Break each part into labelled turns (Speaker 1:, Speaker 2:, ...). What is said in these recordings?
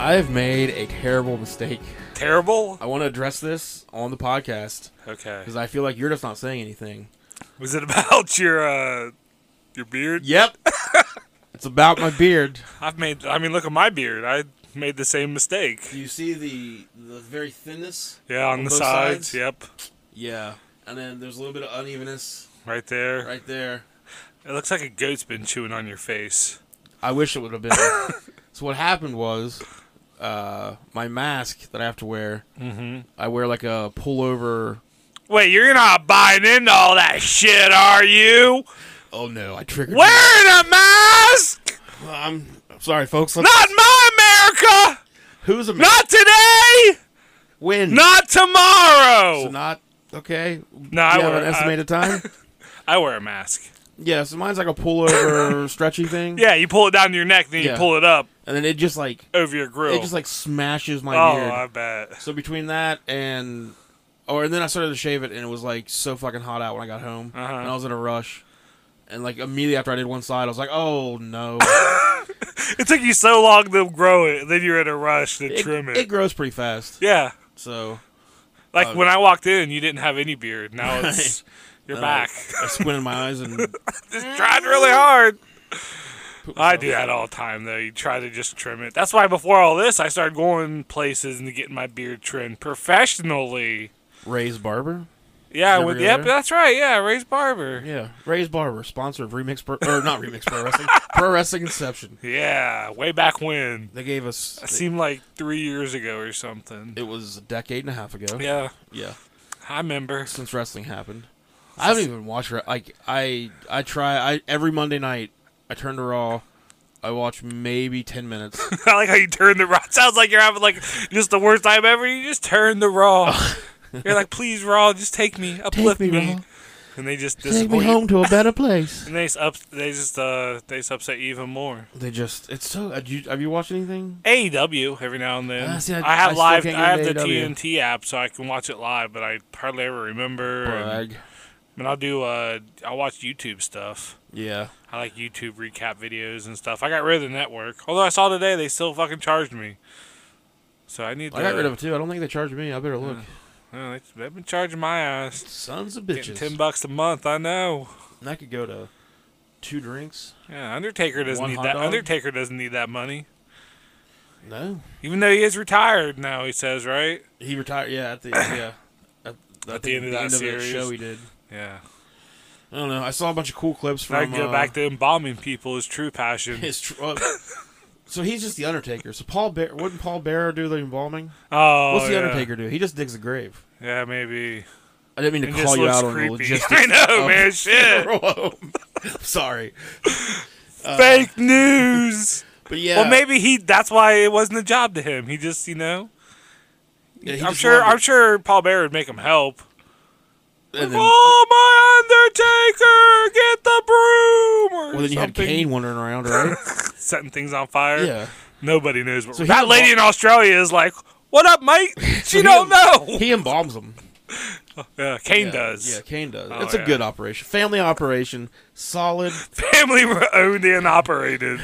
Speaker 1: I've made a terrible mistake.
Speaker 2: Terrible.
Speaker 1: I want to address this on the podcast
Speaker 2: Okay.
Speaker 1: because I feel like you're just not saying anything.
Speaker 2: Was it about your uh, your beard?
Speaker 1: Yep. it's about my beard.
Speaker 2: I've made. I mean, look at my beard. I made the same mistake.
Speaker 3: Do you see the the very thinness?
Speaker 2: Yeah, on, the
Speaker 3: both
Speaker 2: sides. Yep,
Speaker 1: Yeah.
Speaker 3: And then there's a little bit of unevenness
Speaker 2: right there.
Speaker 3: right there.
Speaker 2: It looks like a goat's been chewing on your face.
Speaker 1: I wish it would have been. so what happened was, uh, my mask that I have to wear. Mm-hmm. I wear like a pullover.
Speaker 2: Wait, you're not buying into all that shit, are you?
Speaker 1: Oh no! I triggered. you.
Speaker 2: Wearing a mask?
Speaker 1: I'm I'm sorry, folks. Let's-
Speaker 2: Not my America.
Speaker 1: Who's a ma-
Speaker 2: Not today.
Speaker 1: win?
Speaker 2: Not tomorrow.
Speaker 1: So not okay.
Speaker 2: no, I
Speaker 1: you have
Speaker 2: wear,
Speaker 1: an estimated time.
Speaker 2: I, I wear a mask.
Speaker 1: Yeah, so mine's like a pullover stretchy thing.
Speaker 2: Yeah, you pull it down to your neck, then you
Speaker 1: Yeah.
Speaker 2: pull it up
Speaker 1: And then it just like
Speaker 2: over your grill.
Speaker 1: it just like smashes my
Speaker 2: oh,
Speaker 1: beard.
Speaker 2: I bet.
Speaker 1: So between that and or and then I started to shave it and it was like so fucking hot out when I got home.
Speaker 2: Uh-huh.
Speaker 1: And I was in a rush. And like immediately after I did one side, I was like, "Oh no!"
Speaker 2: It took you so long to grow it, then you're in a rush to
Speaker 1: it,
Speaker 2: trim it.
Speaker 1: it grows pretty fast.
Speaker 2: yeah,
Speaker 1: So
Speaker 2: like
Speaker 1: Uh,
Speaker 2: when I walked in, you didn't have any beard. Now it's you're
Speaker 1: Then I-
Speaker 2: back.
Speaker 1: I squinted my eyes and
Speaker 2: just tried really hard. I
Speaker 1: myself.
Speaker 2: do that all the time, though. You try to just trim it. That's why before all this, I started going places and getting my beard trimmed professionally.
Speaker 1: Ray's Barber.
Speaker 2: Yeah,
Speaker 1: Remember
Speaker 2: with
Speaker 1: you
Speaker 2: yep,
Speaker 1: there?
Speaker 2: that's right. Yeah, Ray's barber.
Speaker 1: Yeah, Ray's Barber, sponsor of Remix Pro, or not Remix Pro Wrestling, Pro Wrestling Inception.
Speaker 2: Yeah, way back when.
Speaker 1: They gave us.
Speaker 2: That seemed like three years ago or something.
Speaker 1: it was a decade and a half ago.
Speaker 2: yeah,
Speaker 1: yeah.
Speaker 2: I remember.
Speaker 1: since wrestling happened. I haven't even watched re- like I I try I every Monday night I turn to Raw. I watch maybe ten minutes.
Speaker 2: I like how you turn the raw. Sounds like you're having like just the worst time ever. You just turn the raw. you're like, please, raw, just take me, uplift
Speaker 1: Oh. me,
Speaker 2: me,
Speaker 1: Raw.
Speaker 2: and they just
Speaker 1: Take me
Speaker 2: disappoint.
Speaker 1: home to a better place.
Speaker 2: And they just up, they just uh, they just upset you even more.
Speaker 1: They just it's so. Have you, have you watched anything?
Speaker 2: AEW every now and then.
Speaker 1: Ah, see, I-
Speaker 2: I, have
Speaker 1: I still
Speaker 2: live. I
Speaker 1: can't
Speaker 2: have the
Speaker 1: get E AEW.
Speaker 2: TNT app, so I can watch it live. But I hardly ever remember. And,
Speaker 1: Brag.
Speaker 2: and I'll do. Uh, I watch YouTube stuff.
Speaker 1: Yeah.
Speaker 2: I like YouTube recap videos and stuff. I got rid of the network. Although I saw today they still fucking charged me. So I need.
Speaker 1: I
Speaker 2: to,
Speaker 1: got rid of it too. I don't think they charged me. I better look.
Speaker 2: Oh, they- they've been charging my ass.
Speaker 1: Sons of
Speaker 2: Getting
Speaker 1: bitches.
Speaker 2: ten bucks a month, I know.
Speaker 1: and I could go to two drinks.
Speaker 2: Yeah, Undertaker doesn't
Speaker 1: One
Speaker 2: need
Speaker 1: hot
Speaker 2: that.
Speaker 1: dog?
Speaker 2: Undertaker doesn't need that money,
Speaker 1: No.
Speaker 2: even though he is retired now. He says, right?
Speaker 1: He retired. Yeah. At the yeah. At, I
Speaker 2: At the
Speaker 1: think
Speaker 2: end of that series.
Speaker 1: show, he did.
Speaker 2: Yeah.
Speaker 1: I don't know. I saw a bunch of cool clips
Speaker 2: Now I
Speaker 1: from.
Speaker 2: can go
Speaker 1: uh,
Speaker 2: back to him bombing people is true passion.
Speaker 1: His tr- uh, so he's just the Undertaker. So Paul Bear wouldn't Paul Bear do the embalming?
Speaker 2: Oh,
Speaker 1: What's the
Speaker 2: yeah.
Speaker 1: Undertaker do? He just digs a grave.
Speaker 2: Yeah, maybe.
Speaker 1: I didn't mean to
Speaker 2: It
Speaker 1: call
Speaker 2: just
Speaker 1: you
Speaker 2: looks
Speaker 1: out
Speaker 2: creepy.
Speaker 1: on the logistics.
Speaker 2: I know, man. Shit.
Speaker 1: Sorry,
Speaker 2: Fake news.
Speaker 1: but Uh, yeah.
Speaker 2: Well, maybe he. That's why it wasn't a job to him. He just, you know.
Speaker 1: yeah, he
Speaker 2: I'm
Speaker 1: just
Speaker 2: sure.
Speaker 1: loved
Speaker 2: I'm sure Paul Bear would make him help.
Speaker 1: it. And then, well,
Speaker 2: oh, my Undertaker! Get the broom! Or
Speaker 1: then you had
Speaker 2: something.
Speaker 1: Kane wandering around, right?
Speaker 2: setting things on fire.
Speaker 1: yeah.
Speaker 2: Nobody knows. What
Speaker 1: So he
Speaker 2: that
Speaker 1: emba-
Speaker 2: lady in Australia is like, "What up, mate?" She don't know.
Speaker 1: He embalms them.
Speaker 2: Yeah, Kane
Speaker 1: yeah,
Speaker 2: does.
Speaker 1: Yeah, Kane does.
Speaker 2: Oh,
Speaker 1: it's
Speaker 2: yeah.
Speaker 1: a good operation, family operation, solid.
Speaker 2: Family owned and operated.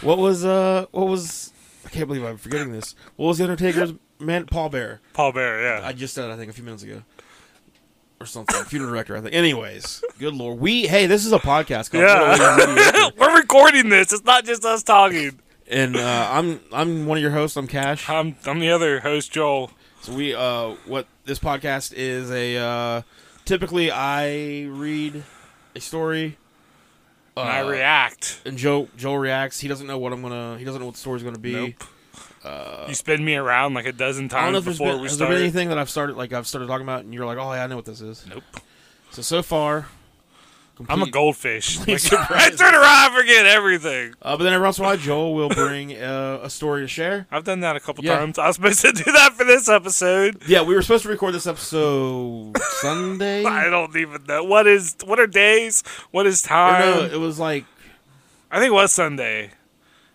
Speaker 1: What was uh? What was? I can't believe I'm forgetting this. What was the Undertaker's man? Paul Bear.
Speaker 2: Paul Bear. Yeah.
Speaker 1: I just said it, I think a few minutes ago, or something. Funeral director, I think. Anyways, good lord, we hey, this is a podcast. Called
Speaker 2: Yeah.
Speaker 1: Literally Mediocre.
Speaker 2: We're recording this. It's not just us talking.
Speaker 1: and uh, I'm I'm one of your hosts. I'm Cash.
Speaker 2: I'm I'm the other host, Joel.
Speaker 1: So we uh, what this podcast is a uh, typically I read a story. Uh,
Speaker 2: And I react.
Speaker 1: And Joe Joel reacts. He doesn't know what I'm gonna. He doesn't know what the story's gonna be.
Speaker 2: Nope. you spin me around like a dozen
Speaker 1: uh, I don't know
Speaker 2: times
Speaker 1: if there's
Speaker 2: before
Speaker 1: been,
Speaker 2: we
Speaker 1: has there
Speaker 2: start.
Speaker 1: been anything that I've started like I've started talking about, and you're like, oh yeah, I know what this is.
Speaker 2: Nope.
Speaker 1: So so far,
Speaker 2: I'm a
Speaker 1: complete-
Speaker 2: goldfish. Like, I
Speaker 1: surprise
Speaker 2: turn around, I forget everything.
Speaker 1: Uh, but then every once in a while, Joel will bring uh, a story to share.
Speaker 2: I've done that a couple
Speaker 1: Yeah.
Speaker 2: times. I was supposed to do that for this episode.
Speaker 1: Yeah, we were supposed to record this episode Sunday.
Speaker 2: I don't even know what is what are days, what is
Speaker 1: Or
Speaker 2: time.
Speaker 1: Mm. no, it was like
Speaker 2: I think it was Sunday.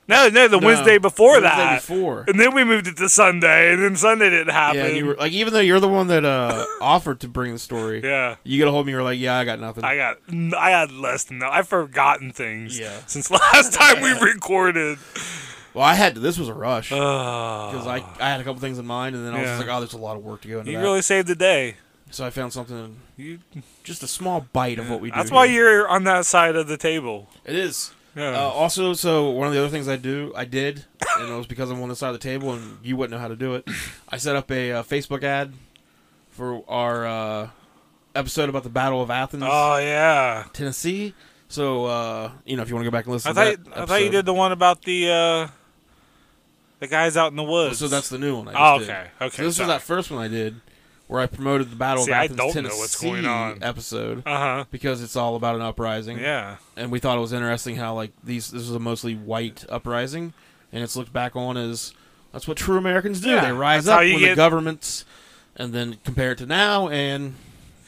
Speaker 2: No, no, the
Speaker 1: no,
Speaker 2: Wednesday before
Speaker 1: Wednesday
Speaker 2: that.
Speaker 1: Before,
Speaker 2: And then we moved it to Sunday, and then Sunday didn't happen.
Speaker 1: yeah, and you were like, even though you're the one that uh, offered to bring the story,
Speaker 2: Yeah.
Speaker 1: you get a hold of me. You're like, yeah, I got nothing.
Speaker 2: I got I had less than that. I've forgotten things
Speaker 1: Yeah.
Speaker 2: since last time we recorded.
Speaker 1: Well, I had to. This was a rush because
Speaker 2: Because
Speaker 1: I, I had a couple things in mind, and then I was
Speaker 2: Uh. Yeah.
Speaker 1: just like, oh, there's a lot of work to go into
Speaker 2: you
Speaker 1: that.
Speaker 2: really saved the day.
Speaker 1: so I found something,
Speaker 2: You,
Speaker 1: just a small bite of what we do.
Speaker 2: that's why
Speaker 1: here.
Speaker 2: you're on that side of the table.
Speaker 1: It is.
Speaker 2: Yeah.
Speaker 1: Uh, also, so one of the other things I do, I did, and it was because I'm on this side of the table, and you wouldn't know how to do it. I set up a uh, Facebook ad for our uh, episode about the Battle of Athens,
Speaker 2: oh yeah.
Speaker 1: Tennessee. So uh, you know, if you want to go back and listen,
Speaker 2: I
Speaker 1: to
Speaker 2: thought
Speaker 1: that
Speaker 2: I thought you
Speaker 1: episode-
Speaker 2: did the one about the uh, the guys out in the woods.
Speaker 1: Oh, So that's the new one. I
Speaker 2: Oh,
Speaker 1: just did.
Speaker 2: okay, okay,
Speaker 1: So this
Speaker 2: sorry.
Speaker 1: was that first one I did, where I promoted the Battle
Speaker 2: See,
Speaker 1: of
Speaker 2: I
Speaker 1: Athens,
Speaker 2: don't know
Speaker 1: Tennessee
Speaker 2: what's going on.
Speaker 1: episode
Speaker 2: uh huh.
Speaker 1: because it's all about an uprising.
Speaker 2: Yeah.
Speaker 1: and we thought it was interesting how like these this was a mostly white uprising, and it's looked back on as that's what true Americans do.
Speaker 2: Yeah,
Speaker 1: they rise
Speaker 2: that's how
Speaker 1: up
Speaker 2: you
Speaker 1: when
Speaker 2: get-
Speaker 1: the governments, and then compare it to now, and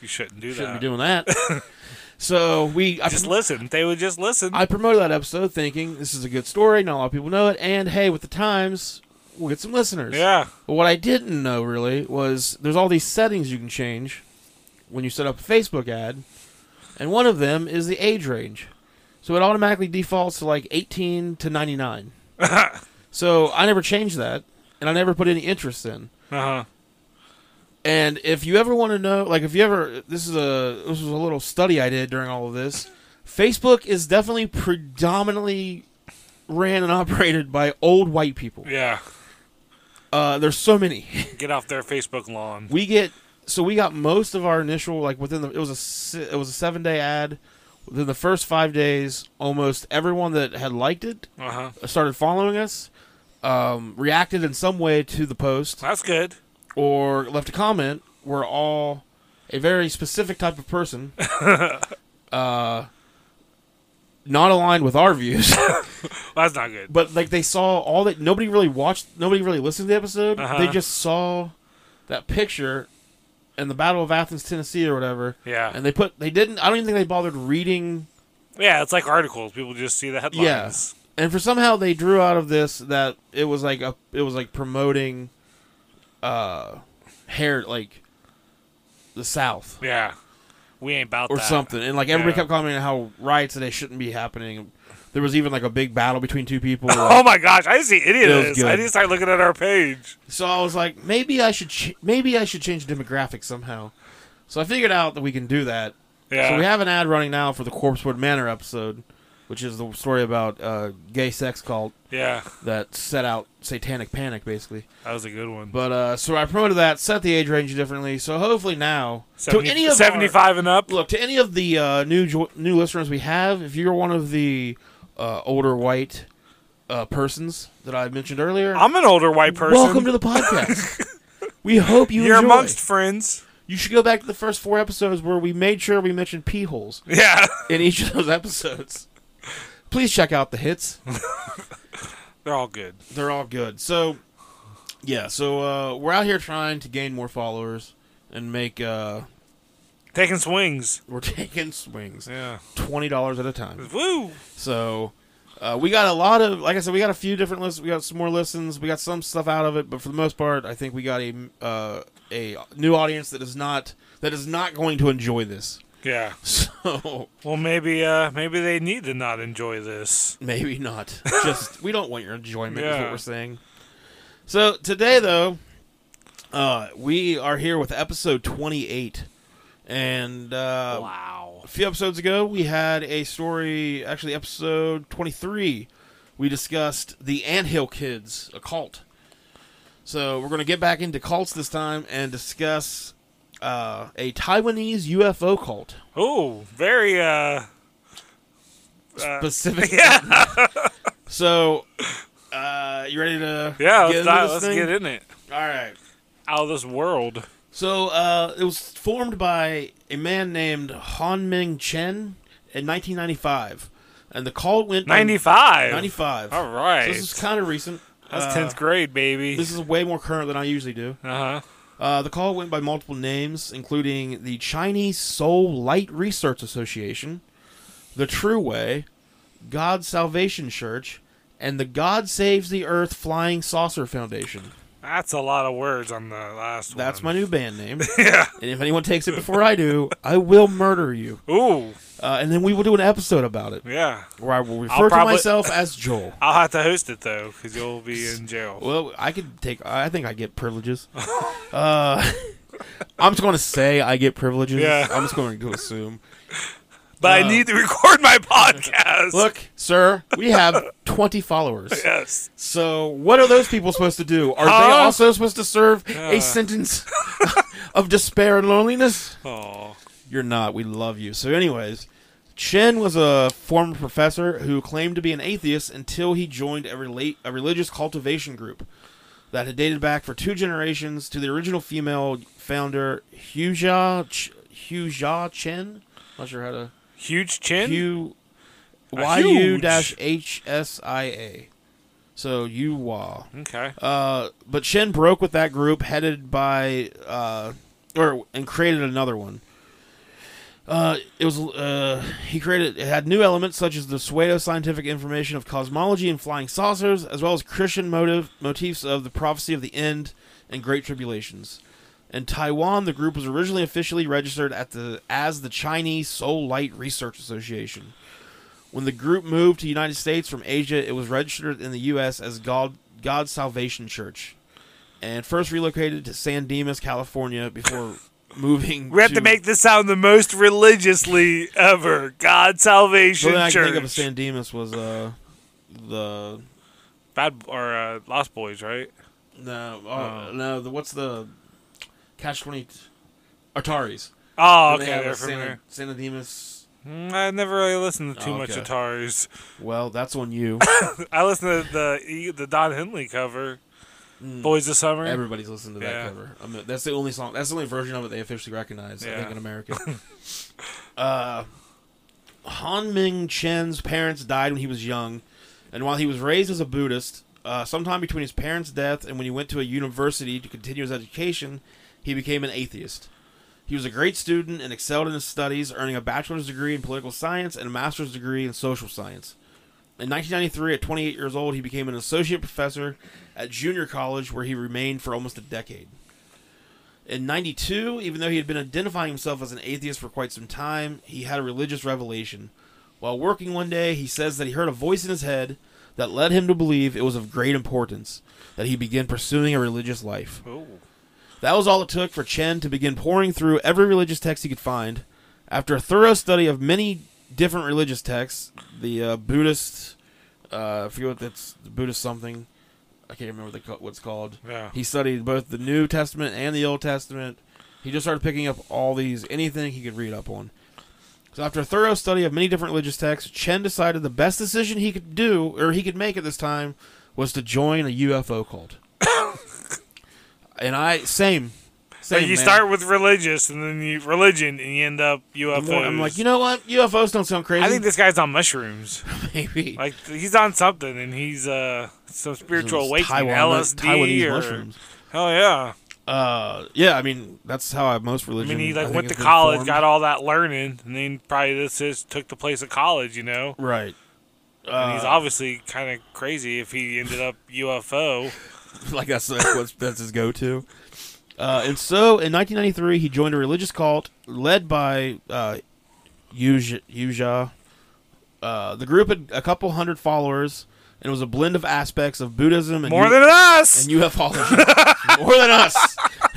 Speaker 2: You shouldn't do
Speaker 1: shouldn't
Speaker 2: that.
Speaker 1: be doing that. so we I,
Speaker 2: just
Speaker 1: prom-
Speaker 2: listen. They would just listen.
Speaker 1: I promoted that episode thinking this is a good story. Not a lot of people know it, and hey, with the times. We'll get some listeners.
Speaker 2: yeah.
Speaker 1: But what I didn't know really was there's all these settings you can change when you set up a Facebook ad, and one of them is the age range. So it automatically defaults to like 18 to 99. so I never changed that, and I never put any interest in.
Speaker 2: Uh huh.
Speaker 1: And if you ever want to know, like if you ever, this is a this was a little study I did during all of this. Facebook is definitely predominantly ran and operated by old white people.
Speaker 2: Yeah.
Speaker 1: Uh, there's so many.
Speaker 2: Get off their Facebook lawn.
Speaker 1: we get so we got most of our initial like within the it was a si- it was a seven day ad within the first five days almost everyone that had liked it
Speaker 2: Uh huh.
Speaker 1: started following us um, reacted in some way to the post
Speaker 2: That's good.
Speaker 1: or left a comment were all a very specific type of person uh, not aligned with our views
Speaker 2: That's not good.
Speaker 1: but like they saw all that nobody really watched nobody really listened to the episode
Speaker 2: Uh-huh.
Speaker 1: they just saw that picture and the battle of athens tennessee or whatever
Speaker 2: Yeah.
Speaker 1: and they put they didn't i don't even think they bothered reading
Speaker 2: yeah. It's like articles. People just see the headlines.
Speaker 1: and for somehow they drew out of this that it was like a it was like promoting uh hair like the south
Speaker 2: Yeah. We ain't about
Speaker 1: or
Speaker 2: that.
Speaker 1: something and like everybody
Speaker 2: Yeah.
Speaker 1: kept commenting how riots today shouldn't be happening there was even like a big battle between two people like-
Speaker 2: Oh my gosh! I didn't see any of
Speaker 1: It was
Speaker 2: this. I
Speaker 1: good.
Speaker 2: didn't start looking at our page.
Speaker 1: So I was like, maybe I should ch- maybe I should change demographics somehow. So I figured out that we can do that.
Speaker 2: Yeah.
Speaker 1: So we have an ad running now for the Corpsewood Manor episode, which is the story about uh, gay sex cult
Speaker 2: yeah.
Speaker 1: that set out satanic panic, basically.
Speaker 2: That was a good one.
Speaker 1: But uh, so I promoted that, set the age range differently. So hopefully now,
Speaker 2: 70,
Speaker 1: to any of our-
Speaker 2: 75 and up.
Speaker 1: look to any of the uh, new jo- new listeners we have, if you're one of the uh, older white uh, persons that I mentioned earlier,
Speaker 2: I'm an older white person.
Speaker 1: Welcome to the podcast. we hope you
Speaker 2: You're
Speaker 1: enjoy.
Speaker 2: amongst friends.
Speaker 1: you should go back to the first four episodes where we made sure we mentioned pee holes
Speaker 2: Yeah.
Speaker 1: in each of those episodes. Please check out the hits;
Speaker 2: They're all good.
Speaker 1: they're all good. So, yeah, so uh, we're out here trying to gain more followers and make. Uh,
Speaker 2: Taking swings.
Speaker 1: we're taking swings,
Speaker 2: Yeah.
Speaker 1: twenty dollars at a time.
Speaker 2: Woo.
Speaker 1: So. Uh, we got a lot of, like I said, we got a few different lists. We got some more listens. We got some stuff out of it, but for the most part, I think we got a uh, a new audience that is not that is not going to enjoy this.
Speaker 2: Yeah.
Speaker 1: So
Speaker 2: Well, maybe uh maybe they need to not enjoy this.
Speaker 1: maybe not. Just we don't want your enjoyment is
Speaker 2: Yeah.
Speaker 1: what we're saying. So today though, uh, we are here with episode twenty eight. And uh,
Speaker 2: wow.
Speaker 1: a few episodes ago we had a story actually episode twenty three, we discussed the Anthill Kids, a cult. So we're gonna get back into cults this time and discuss uh, a Taiwanese UFO cult.
Speaker 2: Oh, very uh uh,
Speaker 1: Specific
Speaker 2: yeah,
Speaker 1: So, uh, you ready to?
Speaker 2: yeah.
Speaker 1: get into
Speaker 2: Let's, dive-
Speaker 1: this
Speaker 2: let's
Speaker 1: thing?
Speaker 2: get in it.
Speaker 1: All right.
Speaker 2: Out of this world.
Speaker 1: So, uh, it was formed by a man named Han Ming Chen in 1995, and the cult went on-
Speaker 2: Ninety-five.
Speaker 1: 95.
Speaker 2: All
Speaker 1: So
Speaker 2: right.
Speaker 1: this is kind of recent.
Speaker 2: That's
Speaker 1: Uh,
Speaker 2: tenth grade, baby.
Speaker 1: This is way more current than I usually do.
Speaker 2: uh huh.
Speaker 1: Uh, the call went by multiple names, including the Chinese Soul Light Research Association, the True Way, God's Salvation Church, and the God Saves the Earth Flying Saucer Foundation.
Speaker 2: That's a lot of words on the last
Speaker 1: That's my
Speaker 2: one.
Speaker 1: new band name.
Speaker 2: yeah.
Speaker 1: and if anyone takes it before I do, I will murder you.
Speaker 2: Ooh.
Speaker 1: Uh, and then we will do an episode about it
Speaker 2: Yeah.
Speaker 1: where I will
Speaker 2: I'll
Speaker 1: refer to
Speaker 2: probably-
Speaker 1: myself as Joel.
Speaker 2: I'll have to host it though, because you'll be in jail.
Speaker 1: Well, I could take. I think I get privileges. uh, I'm just going to say I get privileges.
Speaker 2: Yeah.
Speaker 1: I'm just going to assume.
Speaker 2: But
Speaker 1: uh,
Speaker 2: I need to record my podcast.
Speaker 1: Look, sir, we have 20 followers.
Speaker 2: Yes.
Speaker 1: So, what are those people supposed to do? Are they
Speaker 2: Huh?
Speaker 1: also supposed to serve a
Speaker 2: Uh.
Speaker 1: sentence of despair and loneliness?
Speaker 2: Oh.
Speaker 1: You're not. We love you. So, anyways, Chen was a former professor who claimed to be an atheist until he joined a, relate, a religious cultivation group that had dated back for two generations to the original female founder, Hujia, Ch- Hujia Chen. Not sure how to.
Speaker 2: Huge chin.
Speaker 1: Q
Speaker 2: A
Speaker 1: Y U
Speaker 2: huge.
Speaker 1: dash H S I A. So you wa.
Speaker 2: Okay.
Speaker 1: Uh, but Shen broke with that group, headed by uh, or and created another one. Uh, it was uh, he created it had new elements such as the pseudo scientific information of cosmology and flying saucers, as well as Christian motive motifs of the prophecy of the end and great tribulations. In Taiwan, the group was originally officially registered at the as the Chinese Soul Light Research Association. When the group moved to the United States from Asia, it was registered in the U.S. as God God's Salvation Church, and first relocated to San Dimas, California, before moving.
Speaker 2: We have to make this sound the most religiously ever. God
Speaker 1: The
Speaker 2: salvation
Speaker 1: only thing I can
Speaker 2: church.
Speaker 1: think of as San Dimas was uh the
Speaker 2: Bad or uh, Lost Boys, right?
Speaker 3: No, oh,
Speaker 1: uh,
Speaker 2: Oh.
Speaker 3: no. The, what's the Catch Twenty? Atari's.
Speaker 2: Oh,
Speaker 3: They
Speaker 2: okay.
Speaker 3: have a
Speaker 2: They're from
Speaker 3: San,
Speaker 2: there.
Speaker 3: San Dimas.
Speaker 2: Mm, I never really listened to too
Speaker 1: Oh,
Speaker 2: much
Speaker 1: okay.
Speaker 2: Atari's.
Speaker 1: well that's on you.
Speaker 2: I listened to the the Don Henley cover,
Speaker 3: Mm.
Speaker 2: Boys of Summer.
Speaker 3: Everybody's listened to that
Speaker 2: Yeah.
Speaker 3: cover. I mean, that's the only song. That's the only version of it they officially recognize. I
Speaker 2: Yeah.
Speaker 3: think in America.
Speaker 1: uh, Han Ming Chen's parents died when he was young, and while he was raised as a Buddhist, uh, sometime between his parents' death and when he went to a university to continue his education, he became an atheist. He was a great student and excelled in his studies, earning a bachelor's degree in political science and a master's degree in social science. In 1993, at 28 years old, he became an associate professor at junior college, where he remained for almost a decade. In 92, even though he had been identifying himself as an atheist for quite some time, he had a religious revelation. While working one day, he says that he heard a voice in his head that led him to believe it was of great importance that he begin pursuing a religious life.
Speaker 2: Oh.
Speaker 1: That was all it took for Chen to begin pouring through every religious text he could find. After a thorough study of many different religious texts, the uh, Buddhist, uh, I forget what that's, Buddhist something, I can't remember what, they call, what it's called.
Speaker 2: Yeah.
Speaker 1: He studied both the New Testament and the Old Testament. He just started picking up all these, anything he could read up on. So after a thorough study of many different religious texts, Chen decided the best decision he could do, or he could make at this time, was to join a UFO cult. and I, same.
Speaker 2: So
Speaker 1: same
Speaker 2: you
Speaker 1: man.
Speaker 2: start with religious, and then you religion, and you end up
Speaker 1: I'm,
Speaker 2: UFOs.
Speaker 1: like- I'm like, you know what? UFOs don't sound crazy.
Speaker 2: I think this guy's on mushrooms.
Speaker 1: maybe.
Speaker 2: Like th- he's on something, and he's uh some spiritual
Speaker 1: Those
Speaker 2: awakening,
Speaker 1: Taiwan- uh,
Speaker 2: LSD
Speaker 1: Taiwanese
Speaker 2: or
Speaker 1: mushrooms.
Speaker 2: hell yeah.
Speaker 1: Uh, yeah, I mean, that's how I, most
Speaker 2: I
Speaker 1: religion.
Speaker 2: mean, he like
Speaker 1: think,
Speaker 2: went to
Speaker 1: has been
Speaker 2: college,
Speaker 1: formed.
Speaker 2: got all that learning, and then probably this is took the place of college. You know,
Speaker 1: Right.
Speaker 2: and he's
Speaker 1: Uh,
Speaker 2: obviously kind of crazy if he ended up UFO.
Speaker 1: like that's that's, what's, that's his go-to. Uh, and so, in 1993, he joined a religious cult led by uh, Yuja. Yuja. Uh, the group had a couple hundred followers, and it was a blend of aspects of Buddhism and
Speaker 2: More
Speaker 1: U-
Speaker 2: than us.
Speaker 1: and ufology. More than us.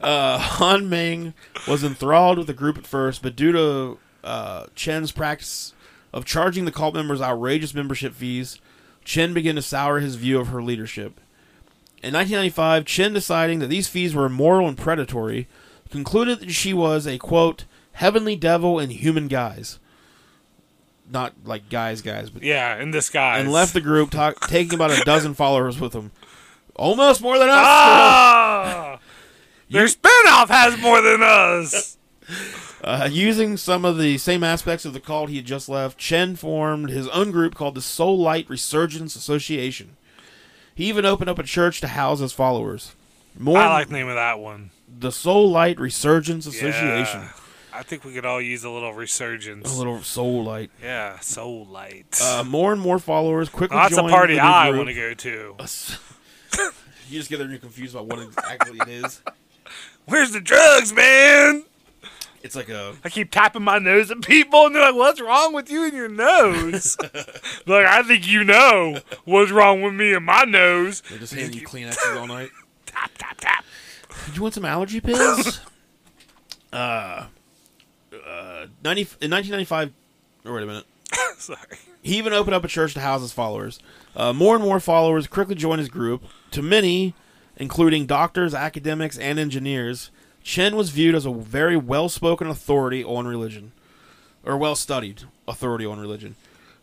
Speaker 1: Uh, Han Ming was enthralled with the group at first, but due to uh, Chen's practice of charging the cult members outrageous membership fees, Chen began to sour his view of her leadership. In 1995, Chen, deciding that these fees were immoral and predatory, concluded that she was a quote heavenly devil in human guise. Not like guys, guys, but
Speaker 2: yeah, in disguise.
Speaker 1: and left the group, ta taking about a dozen followers with him. Almost more than us.
Speaker 2: Ah! Their spinoff has more than us.
Speaker 1: Uh, using some of the same aspects of the cult he had just left, Chen formed his own group called the Soul Light Resurgence Association. He even opened up a church to house his followers. More
Speaker 2: I like the name of that one.
Speaker 1: the Soul Light Resurgence Association.
Speaker 2: Yeah. I think we could all use a little resurgence.
Speaker 1: A little soul light.
Speaker 2: yeah, soul light.
Speaker 1: Uh, more and more followers quickly
Speaker 2: Well, Oh, that's a
Speaker 1: joined
Speaker 2: party
Speaker 1: the new
Speaker 2: I
Speaker 1: group.
Speaker 2: want to go to.
Speaker 1: Us- You just get there and you're confused about what exactly it is.
Speaker 2: Where's the drugs, man?
Speaker 1: It's like a
Speaker 2: I keep tapping my nose at people, and they're like, "What's wrong with you and your nose?" like, I think you know what's wrong with me and my nose.
Speaker 1: they just handing you Kleenexes all night.
Speaker 2: Tap tap tap.
Speaker 1: Did you want some allergy pills? uh, uh, 90, in 1995. Oh, wait a minute.
Speaker 2: Sorry.
Speaker 1: He even opened up a church to house his followers. Uh, more and more followers quickly joined his group. To many, including doctors, academics, and engineers, Chen was viewed as a very well spoken authority on religion, or well studied authority on religion.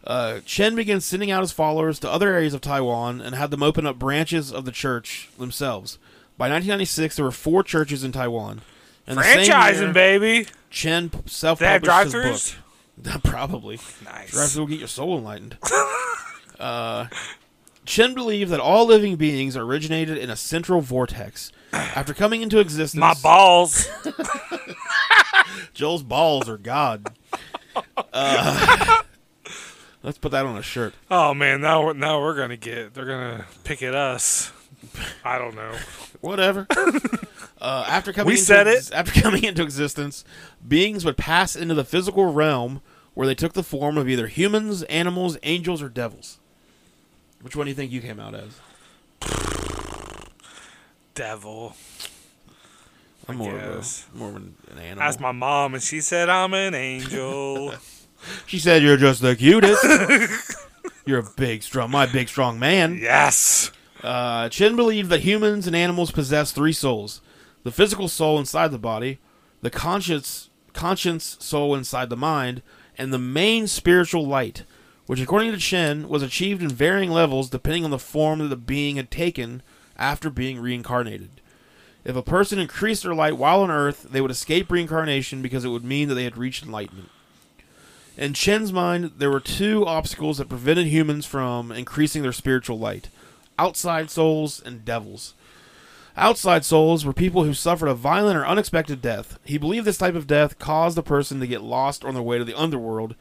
Speaker 1: Uh, Chen began sending out his followers to other areas of Taiwan and had them open up branches of the church themselves. By 1996, there were four churches in Taiwan. And the same year,
Speaker 2: Franchising, baby.
Speaker 1: Chen self
Speaker 2: They have
Speaker 1: published his
Speaker 2: drive-thrus?
Speaker 1: book. Probably. Drive
Speaker 2: Nice.
Speaker 1: through will get your soul enlightened. uh, Chen believed that all living beings originated in a central vortex. After coming into existence,
Speaker 2: My balls.
Speaker 1: Joel's balls are God. Uh, let's put that on a shirt.
Speaker 2: Oh man, now we're- now we're gonna get. They're gonna pick at us. I don't know.
Speaker 1: Whatever. Uh, after coming
Speaker 2: We
Speaker 1: into
Speaker 2: said
Speaker 1: ex- after coming into existence, beings would pass into the physical realm where they took the form of either humans, animals, angels, or devils. Which one do you think you came out as?
Speaker 2: Devil.
Speaker 1: I'm more of
Speaker 2: guess.
Speaker 1: a, more of an an animal.
Speaker 2: Asked my mom, and she said I'm an angel.
Speaker 1: She said, "You're just the cutest. You're a big, strong, my big, strong man."
Speaker 2: yes.
Speaker 1: Uh, Chen believed that humans and animals possess three souls: the physical soul inside the body, the conscience, conscience soul inside the mind, and the main spiritual light, which, according to Chen, was achieved in varying levels depending on the form that the being had taken after being reincarnated. If a person increased their light while on Earth, they would escape reincarnation because it would mean that they had reached enlightenment. In Chen's mind, there were two obstacles that prevented humans from increasing their spiritual light outside souls and devils. Outside souls were people who suffered a violent or unexpected death. He believed this type of death caused the person to get lost on their way to the underworld,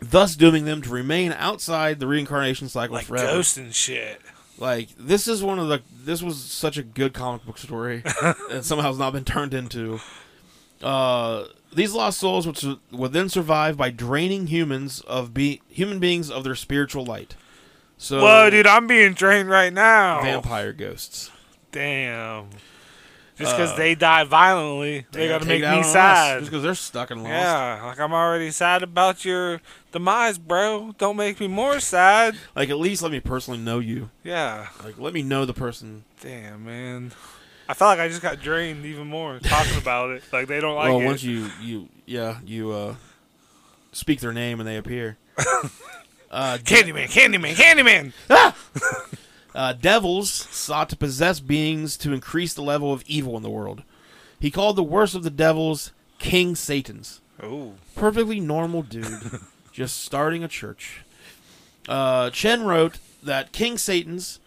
Speaker 1: thus dooming them to remain outside the reincarnation cycle
Speaker 2: Like
Speaker 1: forever.
Speaker 2: ghosts and shit.
Speaker 1: Like this is one of the this was such a good comic book story and somehow has not been turned into. Uh, these lost souls would, su- would then survive by draining humans of be human beings of their spiritual light. So
Speaker 2: Whoa, dude, I'm being drained right now.
Speaker 1: vampire ghosts.
Speaker 2: Damn.
Speaker 1: Uh,
Speaker 2: Just because they die violently, they, gotta make me sad.
Speaker 1: because they're stuck and lost.
Speaker 2: Yeah, like I'm already sad about your demise, bro. Don't make me more sad.
Speaker 1: Like at least let me personally know you.
Speaker 2: Yeah.
Speaker 1: Like let me know the person.
Speaker 2: Damn, man. I felt like I just got drained even more talking about it. Like they don't like
Speaker 1: well,
Speaker 2: it.
Speaker 1: once you you yeah you uh speak their name and they appear. uh,
Speaker 2: Candyman, Candyman, Candyman.
Speaker 1: Ah! Uh, devils sought to possess beings to increase the level of evil in the world. He called the worst of the devils King Satans.
Speaker 2: Oh,
Speaker 1: Perfectly normal dude, just starting a church. Uh, Chen wrote that King Satans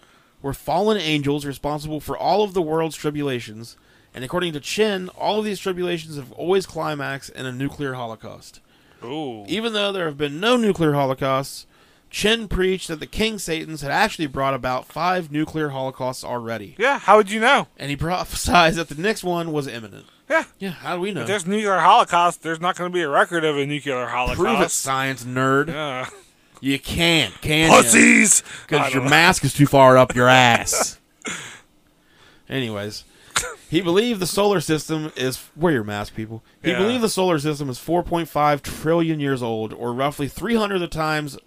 Speaker 1: were fallen angels responsible for all of the world's tribulations, and according to Chen, all of these tribulations have always climaxed in a nuclear holocaust.
Speaker 2: oh.
Speaker 1: Even though there have been no nuclear holocausts, Chen preached that the King Satans had actually brought about five nuclear holocausts already.
Speaker 2: Yeah. How would you know?
Speaker 1: And he prophesied that the next one was imminent.
Speaker 2: Yeah.
Speaker 1: Yeah, how do we know?
Speaker 2: If there's nuclear holocaust, there's not going to be a record of a nuclear holocaust.
Speaker 1: Prove it, science nerd.
Speaker 2: Yeah.
Speaker 1: You can't, can you?
Speaker 2: Pussies. I
Speaker 1: Because
Speaker 2: don't
Speaker 1: your
Speaker 2: know.
Speaker 1: mask is too far up your ass. Anyways, he believed the solar system is. Wear your mask, people. He
Speaker 2: Yeah.
Speaker 1: believed the solar system is 4.5 trillion years old, or roughly 300 the times.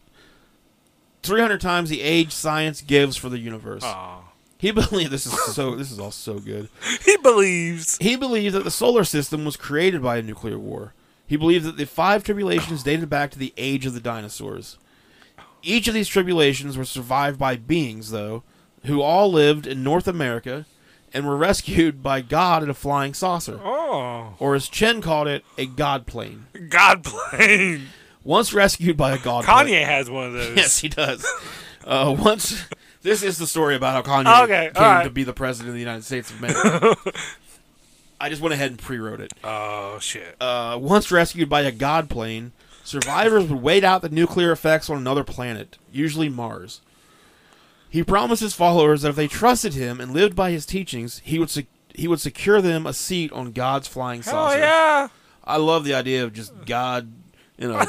Speaker 1: 300 times the age science gives for the universe.
Speaker 2: Aw.
Speaker 1: He believed this is so this is all so good.
Speaker 2: He believes.
Speaker 1: He believed that the solar system was created by a nuclear war. He believed that the five tribulations dated back to the age of the dinosaurs. Each of these tribulations were survived by beings, though, who all lived in North America and were rescued by God in a flying saucer,
Speaker 2: Oh,
Speaker 1: or as Chen called it, a God plane.
Speaker 2: God plane.
Speaker 1: Once rescued by a God plane.
Speaker 2: Kanye has one of those.
Speaker 1: Yes, he does. Uh, once. This is the story about how Kanye
Speaker 2: Okay,
Speaker 1: came
Speaker 2: alright.
Speaker 1: to be the president of the United States of America. I just went ahead and pre wrote it.
Speaker 2: Oh shit.
Speaker 1: uh, once rescued by a god plane, survivors would wait out the nuclear effects on another planet, usually Mars. He promised his followers that if they trusted him and lived by his teachings, he would sec he would secure them a seat on God's flying
Speaker 2: Hell
Speaker 1: saucer.
Speaker 2: yeah.
Speaker 1: I love the idea of just God in a